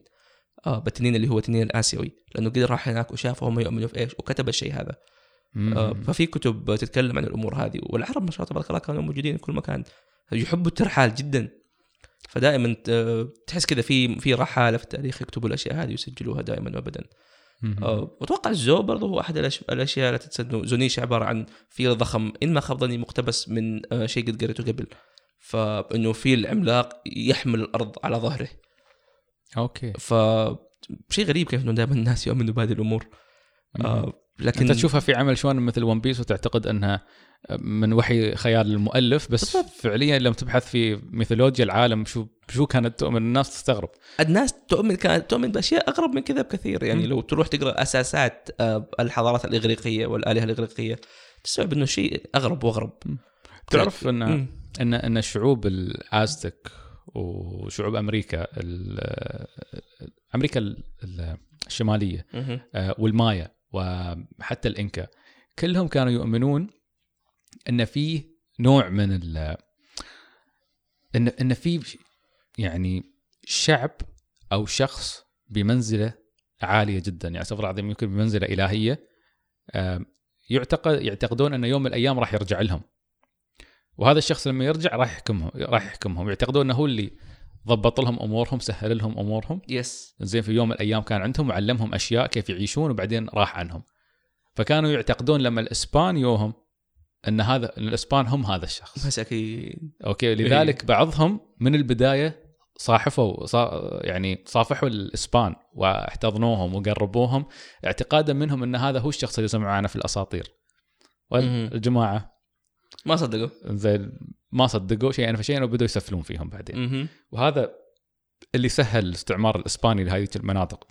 S1: آه بالتنين اللي هو التنين الاسيوي لانه قد راح هناك وشافهم يؤمنوا في ايش وكتب الشيء هذا آه
S2: مهم.
S1: ففي كتب تتكلم عن الامور هذه والعرب ما شاء الله تبارك الله كانوا موجودين في كل مكان يحبوا الترحال جدا فدائما آه، تحس كذا في في رحاله في التاريخ يكتبوا الاشياء هذه ويسجلوها دائما وابدا
S2: مهم.
S1: آه، واتوقع الزو برضه هو احد الأش- الاشياء لا تنسى انه زونيش عباره عن فيل ضخم ان ما خاب ظني مقتبس من آه، شيء قد قريته قبل فانه فيل عملاق يحمل الارض على ظهره
S2: اوكي
S1: ف شيء غريب كيف انه دائما الناس يؤمنوا بهذه الامور
S2: مهم.
S1: آه، لكن
S2: انت تشوفها في عمل شون مثل ون بيس وتعتقد انها من وحي خيال المؤلف بس
S1: بالضبط.
S2: فعليا لما تبحث في ميثولوجيا العالم شو شو كانت تؤمن الناس تستغرب
S1: الناس تؤمن كانت تؤمن باشياء اغرب من كذا بكثير يعني
S2: مم.
S1: لو تروح تقرا اساسات آه، الحضارات الاغريقيه والالهه الاغريقيه تستوعب انه شيء اغرب واغرب
S2: تعرف ان
S1: مم.
S2: ان ان الشعوب الازتك وشعوب امريكا ال- امريكا ال- ال- الشماليه
S1: مهم.
S2: آه، والمايا وحتى الانكا كلهم كانوا يؤمنون ان في نوع من ال ان ان في ش- يعني شعب او شخص بمنزله عاليه جدا يعني استغفر الله العظيم يمكن بمنزله الهيه آم، يعتقد يعتقدون انه يوم من الايام راح يرجع لهم وهذا الشخص لما يرجع راح يحكمهم راح يحكمهم يعتقدون انه هو اللي ضبط لهم امورهم سهل لهم امورهم
S1: يس
S2: زين في يوم من الايام كان عندهم وعلمهم اشياء كيف يعيشون وبعدين راح عنهم فكانوا يعتقدون لما الاسبان يوهم ان هذا الاسبان هم هذا الشخص
S1: بس إيه. اكيد
S2: اوكي لذلك بعضهم من البدايه صاحفوا صا يعني صافحوا الاسبان واحتضنوهم وقربوهم اعتقادا منهم ان هذا هو الشخص اللي سمعوا عنه في الاساطير
S1: مهم.
S2: والجماعه
S1: ما صدقوا
S2: زي ما صدقوا شيئا فشيئا وبدوا يسفلون فيهم بعدين
S1: مهم.
S2: وهذا اللي سهل الاستعمار الاسباني لهذه المناطق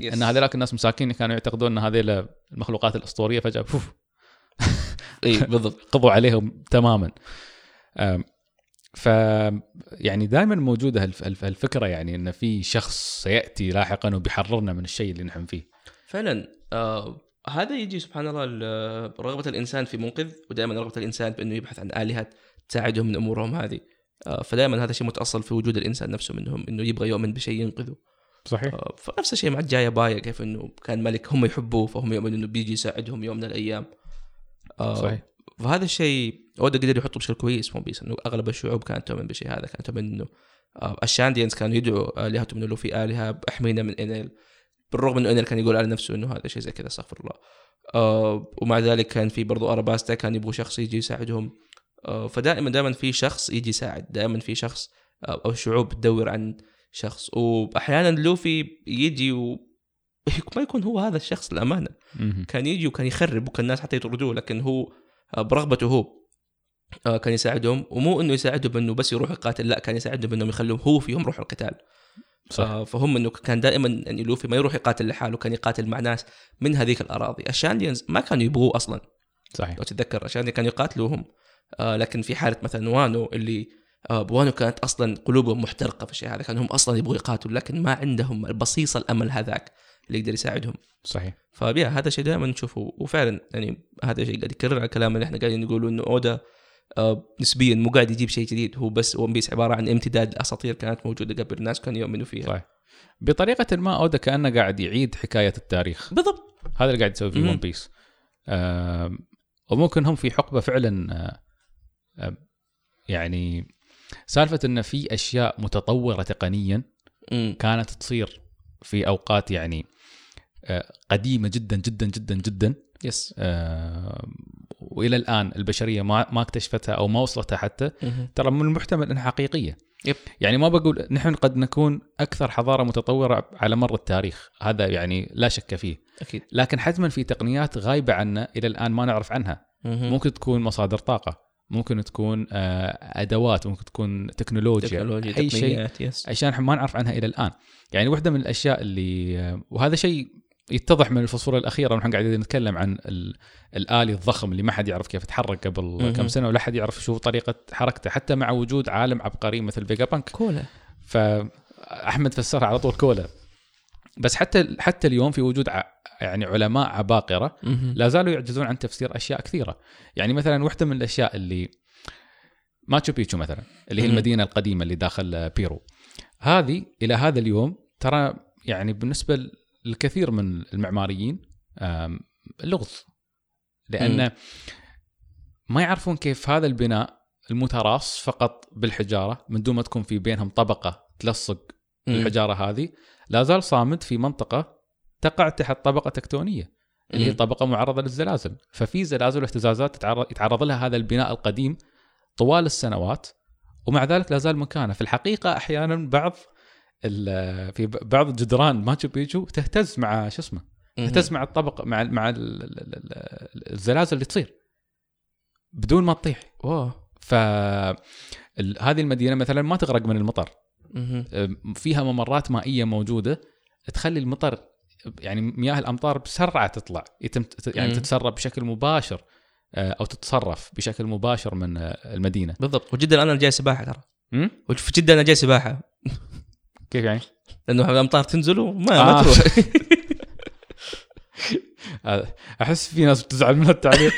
S1: يس.
S2: ان هذولاك الناس مساكين كانوا يعتقدون ان هذيلا المخلوقات الاسطوريه فجاه فوف
S1: اي إيه، بالضبط
S2: قضوا عليهم تماما أم، ف يعني دائما موجوده هالف- هالف- هالفكره يعني ان في شخص سياتي لاحقا وبيحررنا من الشيء اللي نحن فيه
S1: فعلا آه هذا يجي سبحان الله ال- رغبه الانسان في منقذ ودائما رغبه الانسان بانه يبحث عن الهه تساعده من امورهم هذه آه فدائما هذا الشيء متاصل في وجود الانسان نفسه منهم انه يبغى يؤمن بشيء ينقذه
S2: صحيح
S1: آه فنفس الشيء مع الجايبايا كيف انه كان ملك هم يحبوه فهم يؤمنوا انه بيجي يساعدهم يوم من الايام آه
S2: صحيح
S1: فهذا الشيء اودا قدر يحطه بشكل كويس في ون بيس انه اغلب الشعوب كانت تؤمن بالشيء هذا كانت تؤمن انه آه، الشانديانز كانوا يدعوا الهتهم انه في الهه احمينا من انيل بالرغم انه انيل كان يقول على نفسه انه هذا شيء زي كذا استغفر الله آه، ومع ذلك كان في برضو اراباستا كان يبغوا شخص يجي يساعدهم آه، فدائما دائما في شخص يجي يساعد دائما في شخص آه، او شعوب تدور عن شخص واحيانا لوفي يجي و ما يكون هو هذا الشخص للامانه
S2: مهم.
S1: كان يجي وكان يخرب وكان الناس حتى يطردوه لكن هو آه، برغبته هو آه، كان يساعدهم ومو انه يساعدهم بانه بس يروح يقاتل لا كان يساعدهم بانهم يخلوهم هو فيهم روح القتال
S2: صح
S1: آه، فهم انه كان دائما يعني لوفي ما يروح يقاتل لحاله كان يقاتل مع ناس من هذيك الاراضي الشانديانز ما كانوا يبغوه اصلا
S2: صحيح
S1: لو تتذكر عشان كانوا يقاتلوهم آه لكن في حاله مثلا وانو اللي آه وانو كانت اصلا قلوبهم محترقه في الشيء هذا كانوا هم اصلا يبغوا يقاتلوا لكن ما عندهم بصيص الامل هذاك اللي يقدر يساعدهم
S2: صحيح
S1: فبيا هذا الشيء دائما نشوفه وفعلا يعني هذا الشيء قاعد يكرر على الكلام اللي احنا قاعدين نقوله انه اودا آه، نسبيا مو قاعد يجيب شيء جديد هو بس ون بيس عباره عن امتداد لاساطير كانت موجوده قبل الناس كانوا يؤمنوا فيها
S2: صح. بطريقه ما اودا كانه قاعد يعيد حكايه التاريخ
S1: بالضبط
S2: هذا اللي قاعد يسوي في
S1: مم.
S2: ون بيس آم، وممكن هم في حقبه فعلا آه، آم، يعني سالفه ان في اشياء متطوره تقنيا
S1: مم.
S2: كانت تصير في اوقات يعني آه، قديمه جدا جدا جدا جدا
S1: يس
S2: آه، والى الان البشريه ما ما اكتشفتها او ما وصلتها حتى
S1: مهم.
S2: ترى من المحتمل انها حقيقيه
S1: يب.
S2: يعني ما بقول نحن قد نكون اكثر حضاره متطوره على مر التاريخ هذا يعني لا شك فيه
S1: اكيد
S2: لكن حتما في تقنيات غايبه عنا الى الان ما نعرف عنها
S1: ممكن
S2: ممكن تكون مصادر طاقه ممكن تكون آه، ادوات ممكن تكون تكنولوجيا,
S1: تكنولوجيا
S2: اي شيء
S1: تقنيات يس
S2: عشان احنا ما نعرف عنها الى الان يعني واحده من الاشياء اللي آه، وهذا شيء يتضح من الفصول الاخيره ونحن قاعدين نتكلم عن ال- الالي الضخم اللي ما حد يعرف كيف يتحرك قبل
S1: مهم.
S2: كم سنه ولا حد يعرف شو طريقه حركته حتى مع وجود عالم عبقري مثل فيجا بانك
S1: كولا
S2: فاحمد فسرها على طول كولا بس حتى حتى اليوم في وجود ع... يعني علماء عباقره
S1: مهم.
S2: لا زالوا يعجزون عن تفسير اشياء كثيره يعني مثلا واحده من الاشياء اللي ماتشو بيتشو مثلا اللي هي
S1: مهم.
S2: المدينه القديمه اللي داخل آه، بيرو هذه الى هذا اليوم ترى يعني بالنسبه للكثير من المعماريين آم، لغز لان ما يعرفون كيف هذا البناء المتراص فقط بالحجاره من دون ما تكون في بينهم طبقه تلصق
S1: مم.
S2: الحجاره هذه لا زال صامد في منطقه تقع تحت طبقه تكتونيه اللي هي
S1: مم.
S2: طبقه معرضه للزلازل ففي زلازل واهتزازات تتعرض يتعرض لها هذا البناء القديم طوال السنوات ومع ذلك لا زال مكانه في الحقيقه احيانا بعض ال- في ب- بعض جدران ماتشو بيجو تهتز مع شو اسمه
S1: مهم.
S2: تهتز مع الطبق مع ال- مع ال- ال- ال- الزلازل اللي تصير بدون ما تطيح
S1: واو
S2: ف ال- هذه المدينه مثلا ما تغرق من المطر
S1: مهم.
S2: فيها ممرات مائيه موجوده تخلي المطر يعني مياه الامطار بسرعه تطلع يتم يعني
S1: مم.
S2: تتسرب بشكل مباشر آه، او تتصرف بشكل مباشر من آه، المدينه
S1: بالضبط وجدا انا جاي سباحه ترى
S2: مم؟
S1: وفي جده انا جاي سباحه
S2: كيف يعني؟
S1: لانه الامطار تنزل وما
S2: آه.
S1: ما تروح
S2: آه، احس في ناس بتزعل من التعليق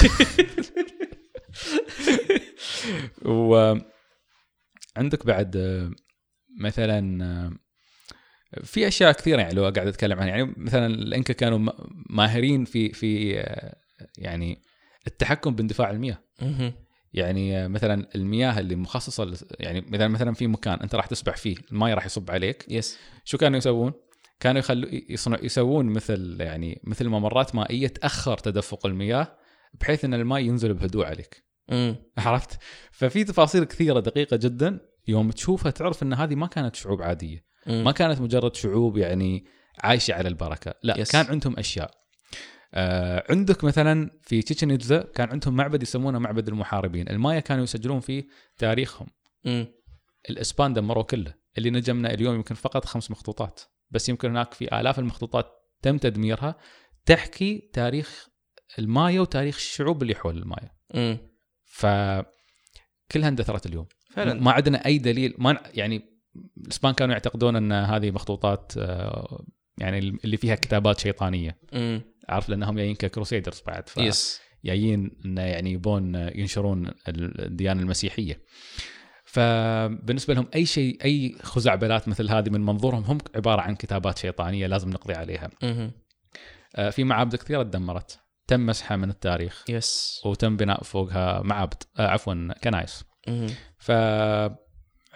S2: و عندك بعد آه، مثلا آه، في اشياء كثيره يعني لو قاعد اتكلم عنها يعني مثلا الانكا كانوا م- ماهرين في في آه، يعني التحكم باندفاع المياه
S1: مهم.
S2: يعني آه، مثلا المياه اللي مخصصه لل- يعني مثلا مثلا في مكان انت راح تسبح فيه الماي راح يصب عليك
S1: يس
S2: شو كانوا يسوون؟ كانوا يخلو يصنع يسوون مثل يعني مثل ممرات مائيه تاخر تدفق المياه بحيث ان الماء ينزل بهدوء عليك
S1: امم
S2: عرفت ففي تفاصيل كثيره دقيقه جدا يوم تشوفها تعرف ان هذه ما كانت شعوب عاديه ما
S1: ما
S2: كانت مجرد شعوب يعني عايشه على البركه لا
S1: يس.
S2: يس. كان عندهم اشياء آه عندك مثلا في تشيتشن يتزا كان عندهم معبد يسمونه معبد المحاربين المايا كانوا يسجلون فيه تاريخهم الاسبان دمروا كله اللي نجمنا اليوم يمكن فقط خمس مخطوطات بس يمكن هناك في الاف المخطوطات تم تدميرها تحكي تاريخ المايا وتاريخ الشعوب اللي حول المايا
S1: امم
S2: فكلها اندثرت اليوم
S1: فعلا
S2: ما عندنا اي دليل ما ن- يعني الاسبان كانوا يعتقدون ان هذه مخطوطات آه، يعني اللي فيها كتابات شيطانيه
S1: امم
S2: عارف لانهم جايين ككروسيدرز بعد ف-
S1: يس
S2: جايين انه يعني يبون ينشرون الديانه المسيحيه فبالنسبه لهم اي شيء اي خزعبلات مثل هذه من منظورهم هم عباره عن كتابات شيطانيه لازم نقضي عليها
S1: مهم.
S2: آه، في معابد كثيره تدمرت تم مسحها من التاريخ
S1: يس
S2: وتم بناء فوقها معابد آه، عفوا كنائس
S1: مهم.
S2: ف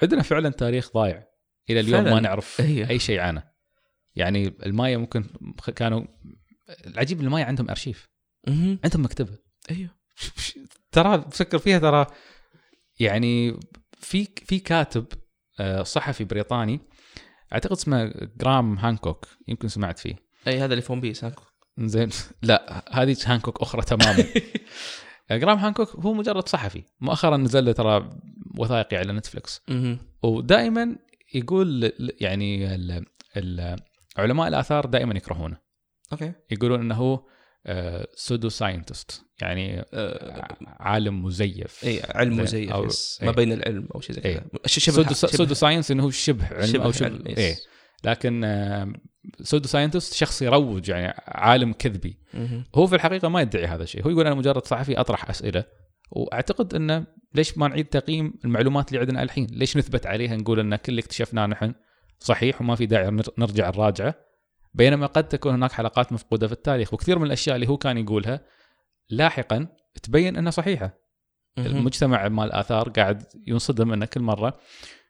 S2: عندنا فعلا تاريخ ضايع الى اليوم
S1: فعلاً.
S2: ما نعرف
S1: إيه.
S2: اي شيء عنه يعني المايا ممكن كانوا العجيب إن المايا عندهم ارشيف
S1: مهم.
S2: عندهم مكتبه
S1: ايوه
S2: ترى تفكر فيها ترى يعني في في كاتب آه، صحفي بريطاني اعتقد اسمه جرام هانكوك يمكن سمعت فيه
S1: اي هذا اللي في ون بيس هاكو
S2: زين لا هذه هانكوك اخرى تماما آه، جرام هانكوك هو مجرد صحفي مؤخرا نزل له ترى وثائقي على نتفلكس
S1: مهم.
S2: ودائما يقول ل- يعني ال- ال- علماء الاثار دائما يكرهونه
S1: اوكي
S2: يقولون انه هو سودو ساينتست يعني
S1: آه،
S2: عالم مزيف
S1: اي إيه، علم
S2: زين،
S1: مزيف
S2: أو-
S1: يس ما
S2: إي.
S1: بين العلم او شيء زي
S2: إي.
S1: كذا ش- شبه
S2: سودو سودو
S1: شبه-
S2: ساينس انه هو شبه علم او
S1: شبه إيه. علم
S2: شبه ايه
S1: يس.
S2: لكن سودو ساينتست شخص يروج يعني عالم كذبي
S1: مهم.
S2: هو في الحقيقه ما يدعي هذا الشيء هو يقول انا مجرد صحفي اطرح اسئله واعتقد انه ليش ما نعيد تقييم المعلومات اللي عندنا الحين ليش نثبت عليها نقول ان كل اللي اكتشفناه نحن صحيح وما في داعي نر- نرجع نراجعه بينما قد تكون هناك حلقات مفقوده في التاريخ وكثير من الاشياء اللي هو كان يقولها لاحقا تبين انها صحيحه
S1: مهم.
S2: المجتمع مال الاثار قاعد ينصدم انه كل مره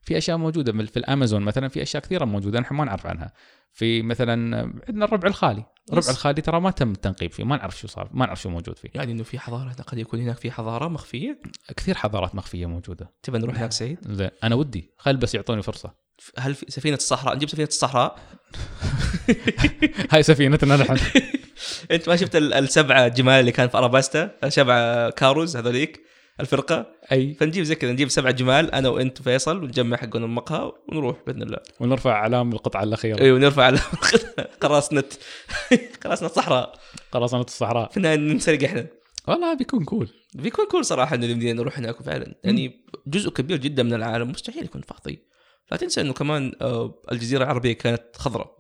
S2: في اشياء موجوده بال- في الامازون مثلا في اشياء كثيره موجوده نحن ما نعرف عنها في مثلا عندنا الربع الخالي الربع
S1: يس.
S2: الخالي ترى ما تم التنقيب فيه ما نعرف شو صار ما نعرف شو موجود فيه
S1: يعني انه في حضاره قد يكون هناك في حضاره مخفيه
S2: كثير حضارات مخفيه موجوده
S1: تبى نروح هناك سعيد
S2: زين انا ودي خل بس يعطوني فرصه
S1: هل في سفينه الصحراء نجيب سفينه الصحراء
S2: هاي سفينتنا نحن
S1: انت ما شفت ال- السبعه جمال اللي كان في اراباستا سبعه كاروز هذوليك الفرقه
S2: اي
S1: فنجيب زي كذا نجيب سبعه جمال انا وانت وفيصل ونجمع حقنا المقهى ونروح باذن الله
S2: ونرفع علام القطعه الاخيره
S1: ايوه ونرفع على قراصنه قراصنه صحراء
S2: قراصنه الصحراء
S1: فينا ننسرق احنا
S2: والله بيكون كول
S1: بيكون كول صراحه ان المدينه نروح هناك فعلا يعني جزء كبير جدا من العالم مستحيل يكون فاضي لا تنسى انه كمان آه، الجزيره العربيه كانت خضراء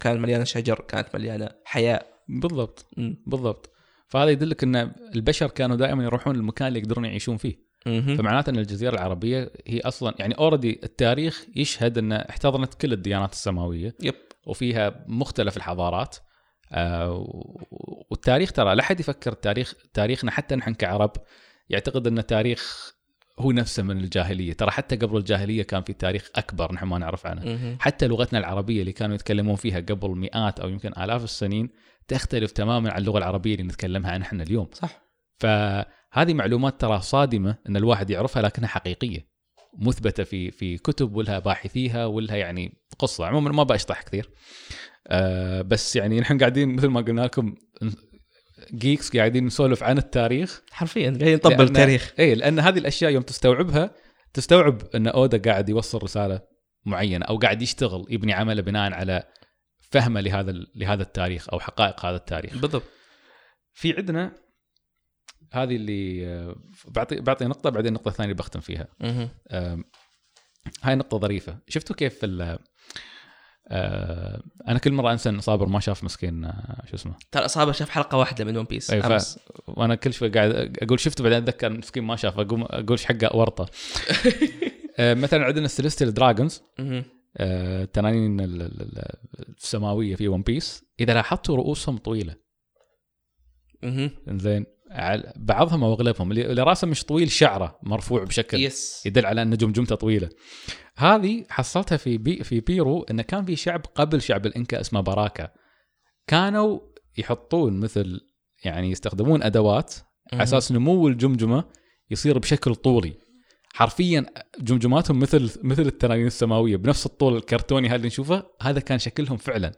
S1: كانت مليانه شجر كانت مليانه حياه
S2: بالضبط
S1: مم.
S2: بالضبط فهذا يدلك ان البشر كانوا دائما يروحون المكان اللي يقدرون يعيشون فيه
S1: مهم.
S2: فمعناته ان الجزيره العربيه هي اصلا يعني اوريدي التاريخ يشهد ان احتضنت كل الديانات السماويه
S1: يب
S2: وفيها مختلف الحضارات آه، و- والتاريخ ترى لا احد يفكر التاريخ تاريخنا حتى نحن كعرب يعتقد ان التاريخ هو نفسه من الجاهليه ترى حتى قبل الجاهليه كان في تاريخ اكبر نحن ما نعرف عنه
S1: مهم.
S2: حتى لغتنا العربيه اللي كانوا يتكلمون فيها قبل مئات او يمكن الاف السنين تختلف تماما عن اللغه العربيه اللي نتكلمها نحن اليوم
S1: صح
S2: فهذه معلومات ترى صادمه ان الواحد يعرفها لكنها حقيقيه مثبته في في كتب ولها باحثيها ولها يعني قصه عموما ما بشطح كثير أه بس يعني نحن قاعدين مثل ما قلنا لكم جيكس قاعدين نسولف عن التاريخ إيه،
S1: حرفيا قاعدين نطبل
S2: لأن-
S1: التاريخ
S2: اي لان هذه الاشياء يوم تستوعبها تستوعب ان اودا قاعد يوصل رساله معينه او قاعد يشتغل يبني عمله بناء على فهمه لهذا ال- لهذا التاريخ او حقائق هذا التاريخ
S1: بالضبط
S2: في عندنا هذه اللي آه، بعطي بعطي نقطه بعدين نقطه ثانيه بختم فيها
S1: مهم.
S2: آم، هاي نقطه ظريفه شفتوا كيف ال آه، انا كل مره انسى ان صابر ما شاف مسكين آه، شو اسمه
S1: ترى صابر شاف حلقه واحده من ون بيس
S2: أي، ف-
S1: امس
S2: وانا كل شوي قاعد اقول شفته بعدين اتذكر مسكين ما شاف اقوم اقول ايش حقه ورطه آه، مثلا عندنا السيليستيال دراجونز
S1: مهم.
S2: التنانين ال- ال- ال- السماويه في ون بيس اذا لاحظتوا رؤوسهم طويله
S1: مهم.
S2: زين عل- بعضهم او اغلبهم اللي اللي راسه مش طويل شعره مرفوع بشكل
S1: يس
S2: يدل على ان جمجمته طويله. هذه حصلتها في بي في بيرو انه كان في شعب قبل شعب الانكا اسمه باراكا. كانوا يحطون مثل يعني يستخدمون ادوات على اساس نمو الجمجمه يصير بشكل طولي حرفيا جمجماتهم مثل مثل التنانين السماويه بنفس الطول الكرتوني هذا اللي نشوفه هذا كان شكلهم فعلا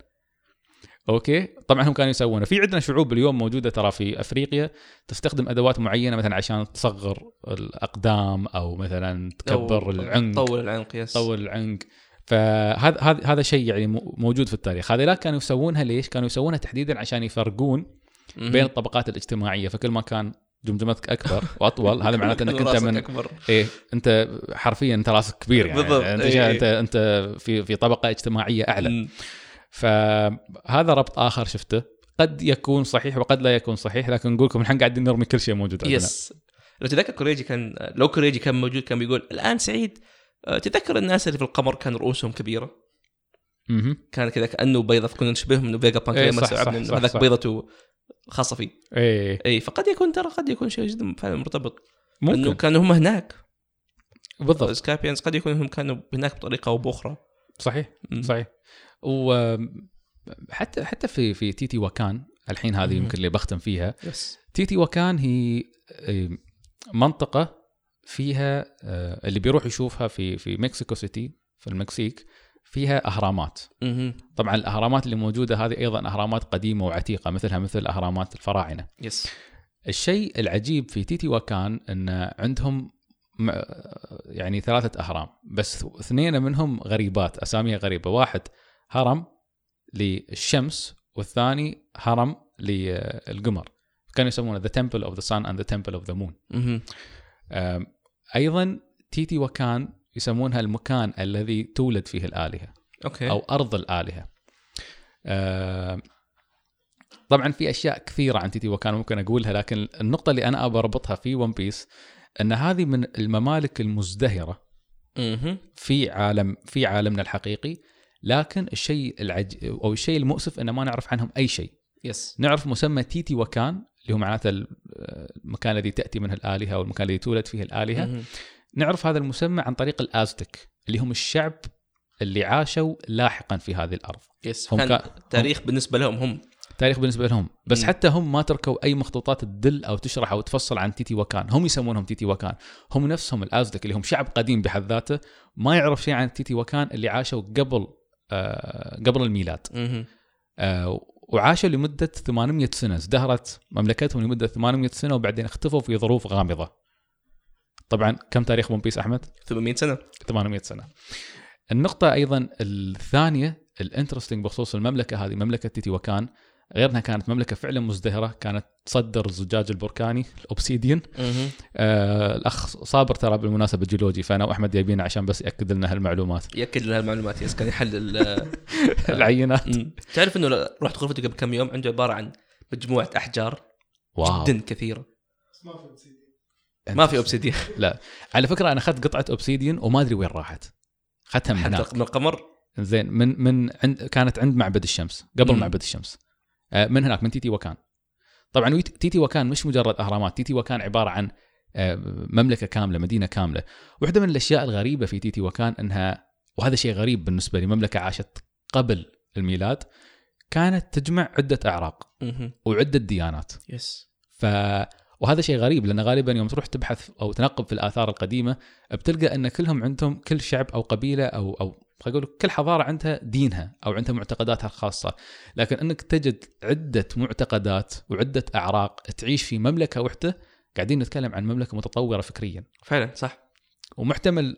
S2: اوكي طبعا هم كانوا يسوونه في عندنا شعوب اليوم موجوده ترى في افريقيا تستخدم ادوات معينه مثلا عشان تصغر الاقدام او مثلا تكبر العنق
S1: طول العنق يس
S2: طول العنق فهذا هذا هذا شيء يعني مو- موجود في التاريخ هذيلا كانوا يسوونها ليش كانوا يسوونها تحديدا عشان يفرقون
S1: مهم.
S2: بين الطبقات الاجتماعيه فكل ما كان جمجمتك اكبر واطول هذا معناته انك انت
S1: راسك
S2: من
S1: اكبر
S2: ايه انت حرفيا انت راسك كبير يعني
S1: بالضبط،
S2: انت
S1: إيه، إيه.
S2: انت انت في في طبقه اجتماعيه اعلى
S1: مم.
S2: فهذا ربط اخر شفته قد يكون صحيح وقد لا يكون صحيح لكن نقول لكم الحين قاعدين نرمي كل شيء موجود عندنا
S1: يس لو تذكر كوريجي كان لو كوريجي كان موجود كان بيقول الان سعيد آه، تذكر الناس اللي في القمر كان رؤوسهم كبيره
S2: مهم.
S1: كان كذا كانه بيضه كنا نشبههم انه فيجا بانك
S2: إيه،
S1: لما
S2: صح،
S1: استوعبنا
S2: صح،
S1: انه
S2: صح،
S1: هذاك
S2: صح.
S1: بيضته خاصه فيه
S2: ايه
S1: اي فقد يكون ترى قد يكون شيء جدا فعلا مرتبط انه
S2: ممكن طيب.
S1: كانوا هم هناك
S2: بالضبط
S1: سكابيانز قد يكون هم كانوا هناك بطريقه او باخرى
S2: صحيح
S1: مم.
S2: صحيح و حتى حتى في في تيتي وكان الحين هذه
S1: مم.
S2: يمكن اللي بختم فيها
S1: يس
S2: تيتي وكان هي آه، منطقه فيها آه، اللي بيروح يشوفها في في مكسيكو سيتي في المكسيك فيها اهرامات
S1: مهم.
S2: طبعا الاهرامات اللي موجوده هذه ايضا اهرامات قديمه وعتيقه مثلها مثل اهرامات الفراعنه
S1: يس
S2: الشيء العجيب في تيتي وكان ان عندهم م- يعني ثلاثة أهرام بس اثنين منهم غريبات أساميها غريبة واحد هرم للشمس والثاني هرم للقمر كانوا يسمونه The Temple of the Sun and the Temple of the Moon
S1: مهم.
S2: أم، أيضا تيتي وكان يسمونها المكان الذي تولد فيه الآلهة
S1: اوكي
S2: او ارض الالهه. آه، طبعا في اشياء كثيره عن تيتي وكان ممكن اقولها لكن النقطه اللي انا ابى اربطها في ون بيس ان هذه من الممالك المزدهره
S1: مهم.
S2: في عالم في عالمنا الحقيقي لكن الشيء العج... او الشيء المؤسف ان ما نعرف عنهم اي شيء.
S1: يس
S2: نعرف مسمى تيتي وكان اللي هو معناته ال- آه، المكان الذي تاتي منه الالهه او المكان الذي تولد فيه الالهه
S1: مهم.
S2: نعرف هذا المسمى عن طريق الازتك اللي هم الشعب اللي عاشوا لاحقا في هذه الارض.
S1: يس
S2: هم
S1: كان
S2: كا-
S1: تاريخ بالنسبه لهم هم
S2: تاريخ بالنسبه لهم بس
S1: مم.
S2: م. حتى هم ما تركوا اي مخطوطات تدل او تشرح او تفصل عن تيتي وكان هم يسمونهم تيتي وكان هم نفسهم الازدك اللي هم شعب قديم بحد ذاته ما يعرف شيء عن تيتي وكان اللي عاشوا قبل آه قبل الميلاد
S1: مهم.
S2: آه وعاشوا لمده 800 سنه ازدهرت مملكتهم لمده 800 سنه وبعدين اختفوا في ظروف غامضه طبعا كم تاريخ ون بيس احمد
S1: 800 سنه
S2: 800 سنه النقطه ايضا الثانيه الانترستنج بخصوص المملكه هذه مملكه تيتي وكان غير انها كانت مملكه فعلا مزدهره كانت تصدر الزجاج البركاني الاوبسيديان
S1: مهم.
S2: آه الاخ صابر ترى بالمناسبه جيولوجي فانا واحمد جايبين عشان بس ياكد لنا هالمعلومات
S1: ياكد لنا المعلومات يس كان يحلل آه،
S2: العينات
S1: مم. تعرف انه لو رحت غرفته قبل كم يوم عنده عباره عن مجموعه احجار
S2: واو
S1: جدا كثيره ما في اوبسيديان
S2: على فكره انا اخذت قطعه اوبسيديان وما ادري وين راحت اخذتها من هناك
S1: حتى من القمر
S2: زين من من عند كانت عند معبد الشمس قبل
S1: مم.
S2: مم. معبد الشمس آه، من هناك من تيتي وكان طبعا ويت- تيتي وكان مش مجرد اهرامات تيتي وكان عباره عن آه، مملكه كامله مدينه كامله واحده من الاشياء الغريبه في تيتي وكان انها وهذا شيء غريب بالنسبه لي مملكه عاشت قبل الميلاد كانت تجمع عده اعراق
S1: مهم.
S2: وعده ديانات
S1: يس
S2: ف وهذا شيء غريب لان غالبا يوم تروح تبحث او تنقب في الاثار القديمه بتلقى ان كلهم عندهم كل شعب او قبيله او او خلينا نقول كل حضاره عندها دينها او عندها معتقداتها الخاصه، لكن انك تجد عده معتقدات وعده اعراق تعيش في مملكه واحده قاعدين نتكلم عن مملكه متطوره فكريا
S1: فعلا صح
S2: ومحتمل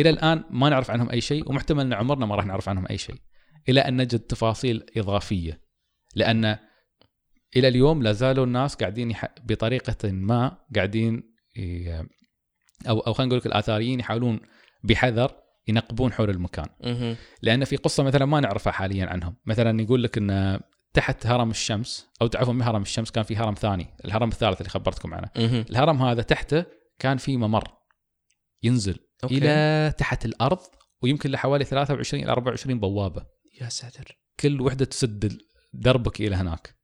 S2: الى الان ما نعرف عنهم اي شيء ومحتمل ان عمرنا ما راح نعرف عنهم اي شيء الى ان نجد تفاصيل اضافيه لان الى اليوم لا زالوا الناس قاعدين يح... بطريقه ما قاعدين ي... او او خلينا نقول لك الاثاريين يحاولون بحذر ينقبون حول المكان
S1: مهم.
S2: لان في قصه مثلا ما نعرفها حاليا عنهم مثلا يقول لك ان تحت هرم الشمس او عفوا من هرم الشمس كان في هرم ثاني الهرم الثالث اللي خبرتكم عنه
S1: مهم.
S2: الهرم هذا تحته كان في ممر ينزل
S1: أوكي.
S2: الى تحت الارض ويمكن لحوالي 23 الى 24 بوابه
S1: يا ساتر
S2: كل وحده تسد ال- دربك الى هناك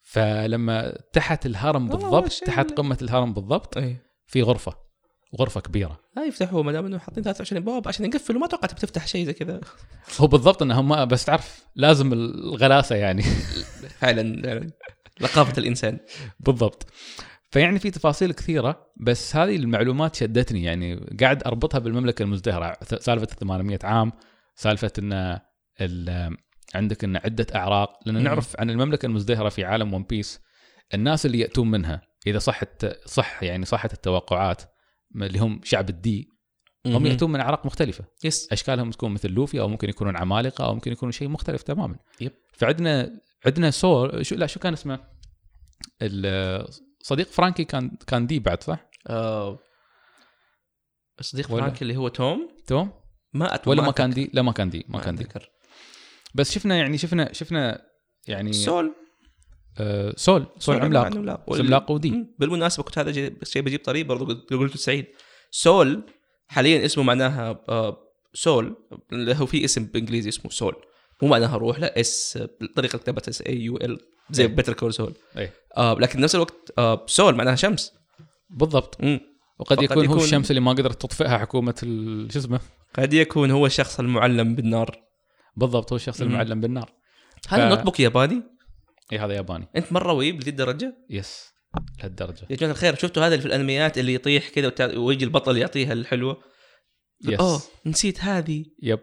S2: فلما تحت الهرم
S1: والله
S2: بالضبط
S1: شيء-
S2: تحت قمه الهرم بالضبط
S1: اي
S2: في غرفه غرفه كبيره
S1: لا يفتحوه ما دام انه حاطين 23 بوابه عشان يقفلوا ما توقعت بتفتح شيء زي كذا
S2: هو بالضبط انهم بس تعرف لازم الغلاسه يعني
S1: فعلا فعلا لقافه الانسان
S2: بالضبط فيعني في تفاصيل كثيره بس هذه المعلومات شدتني يعني قاعد اربطها بالمملكه المزدهره ث- سالفه ال 800 عام سالفه ان ال- عندك ان عده اعراق لان
S1: مم.
S2: نعرف عن المملكه المزدهره في عالم ون بيس الناس اللي ياتون منها اذا صحت صح يعني صحت التوقعات اللي هم شعب الدي هم ياتون من اعراق مختلفه
S1: يس
S2: اشكالهم تكون مثل لوفي او ممكن يكونون عمالقه او ممكن يكونون شيء مختلف تماما
S1: يب.
S2: فعندنا عندنا سور شو لا شو كان اسمه ال- صديق فرانكي كان كان دي بعد صح
S1: آه، صديق
S2: ولا-
S1: فرانك اللي هو توم
S2: توم
S1: ما أت...
S2: ولا ما كان دي لا ما كان دي ما كان دي
S1: أتذكر.
S2: بس شفنا يعني شفنا شفنا يعني
S1: سول
S2: آه سول سول عملاق
S1: عملاق
S2: عملاق ودي
S1: مم. بالمناسبه كنت هذا جي- شيء بجيب طريق برضو قلت- قلت سعيد سول حاليا اسمه معناها آه، سول اللي هو في اسم بالانجليزي اسمه سول مو معناها روح لا اس طريقه كتابه اس اي يو ال زي
S2: إيه.
S1: بيتر كول سول
S2: إيه.
S1: آه لكن نفس الوقت آه سول معناها شمس
S2: بالضبط
S1: مم.
S2: وقد
S1: فقد
S2: يكون, هو
S1: يكون-
S2: الشمس اللي ما قدرت تطفئها حكومه ال- شو اسمه
S1: قد يكون هو الشخص المعلم بالنار
S2: بالضبط هو الشخص
S1: مم.
S2: المعلم بالنار
S1: هذا
S2: ف-
S1: نوت بوك ياباني
S2: اي هذا ياباني
S1: انت مره ويب لذي الدرجه
S2: يس لهالدرجه
S1: يا جماعه الخير شفتوا هذا اللي في الانميات اللي يطيح كذا وت- ويجي البطل يعطيها الحلوه
S2: يس.
S1: اوه نسيت هذه
S2: يب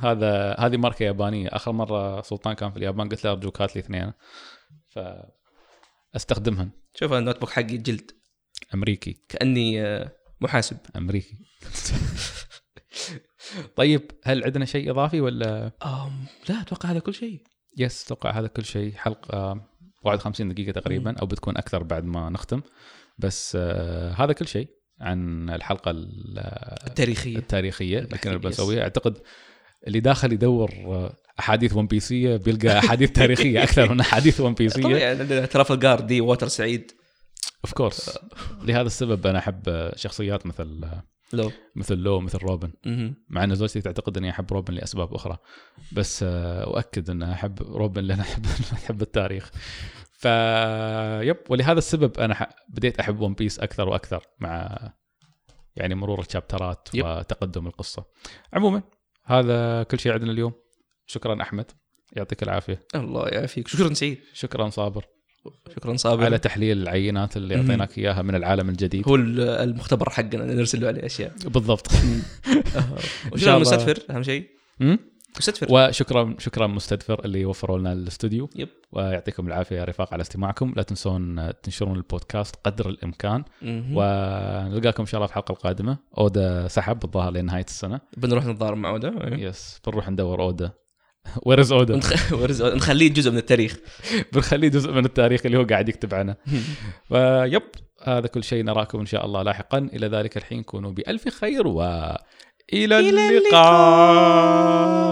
S2: هذا هذه ماركه يابانيه اخر مره سلطان كان في اليابان قلت له ارجوك هات لي اثنين ف استخدمهم
S1: شوف أنا النوت بوك حقي جلد
S2: امريكي
S1: كاني آه، محاسب
S2: امريكي طيب هل عندنا شيء اضافي ولا
S1: أم لا اتوقع هذا كل شيء
S2: يس اتوقع هذا كل شيء حلقه 51 دقيقه تقريبا او بتكون اكثر بعد ما نختم بس آه، هذا كل شيء عن الحلقه ال-
S1: التاريخيه
S2: التاريخيه اللي كنا
S1: البحثية.
S2: بنسويها اعتقد اللي داخل يدور احاديث ون بيسيه بيلقى احاديث تاريخيه اكثر من احاديث ون بيسيه
S1: طبيعي عندنا ترافلجار دي ووتر سعيد
S2: اوف كورس لهذا السبب انا احب شخصيات مثل
S1: لو
S2: مثل لو مثل روبن
S1: مهم.
S2: مع ان زوجتي تعتقد اني احب روبن لاسباب اخرى بس آه، اؤكد ان احب روبن لان احب احب التاريخ ف يب ولهذا السبب انا ح- بديت احب ون بيس اكثر واكثر مع يعني مرور الشابترات
S1: يب.
S2: وتقدم القصه عموما هذا كل شيء عندنا اليوم شكرا احمد يعطيك العافيه
S1: الله يعافيك شكرا سعيد
S2: شكرا صابر
S1: شكرا صابر
S2: على تحليل العينات اللي
S1: مم.
S2: اعطيناك اياها من العالم الجديد
S1: هو ال- المختبر حقنا اللي نرسل له عليه اشياء
S2: بالضبط
S1: وشكرا
S2: الله.
S1: المستدفر اهم شيء
S2: مم؟
S1: مستدفر
S2: وشكرا شكرا مستدفر اللي وفروا لنا الاستوديو
S1: يب.
S2: ويعطيكم العافيه يا رفاق على استماعكم لا تنسون تنشرون البودكاست قدر الامكان
S1: مهم.
S2: ونلقاكم ان شاء الله في الحلقه القادمه اودا سحب الظاهر لنهايه السنه
S1: بنروح نتضارب مع عوده
S2: يس بنروح ندور اودا وير از اودا
S1: ونخ- ورز- نخليه جزء من التاريخ
S2: بنخليه جزء من التاريخ اللي هو قاعد يكتب عنه فيب هذا كل شيء نراكم ان شاء الله لاحقا الى ذلك الحين كونوا بالف خير والى
S1: إلى
S2: اللقاء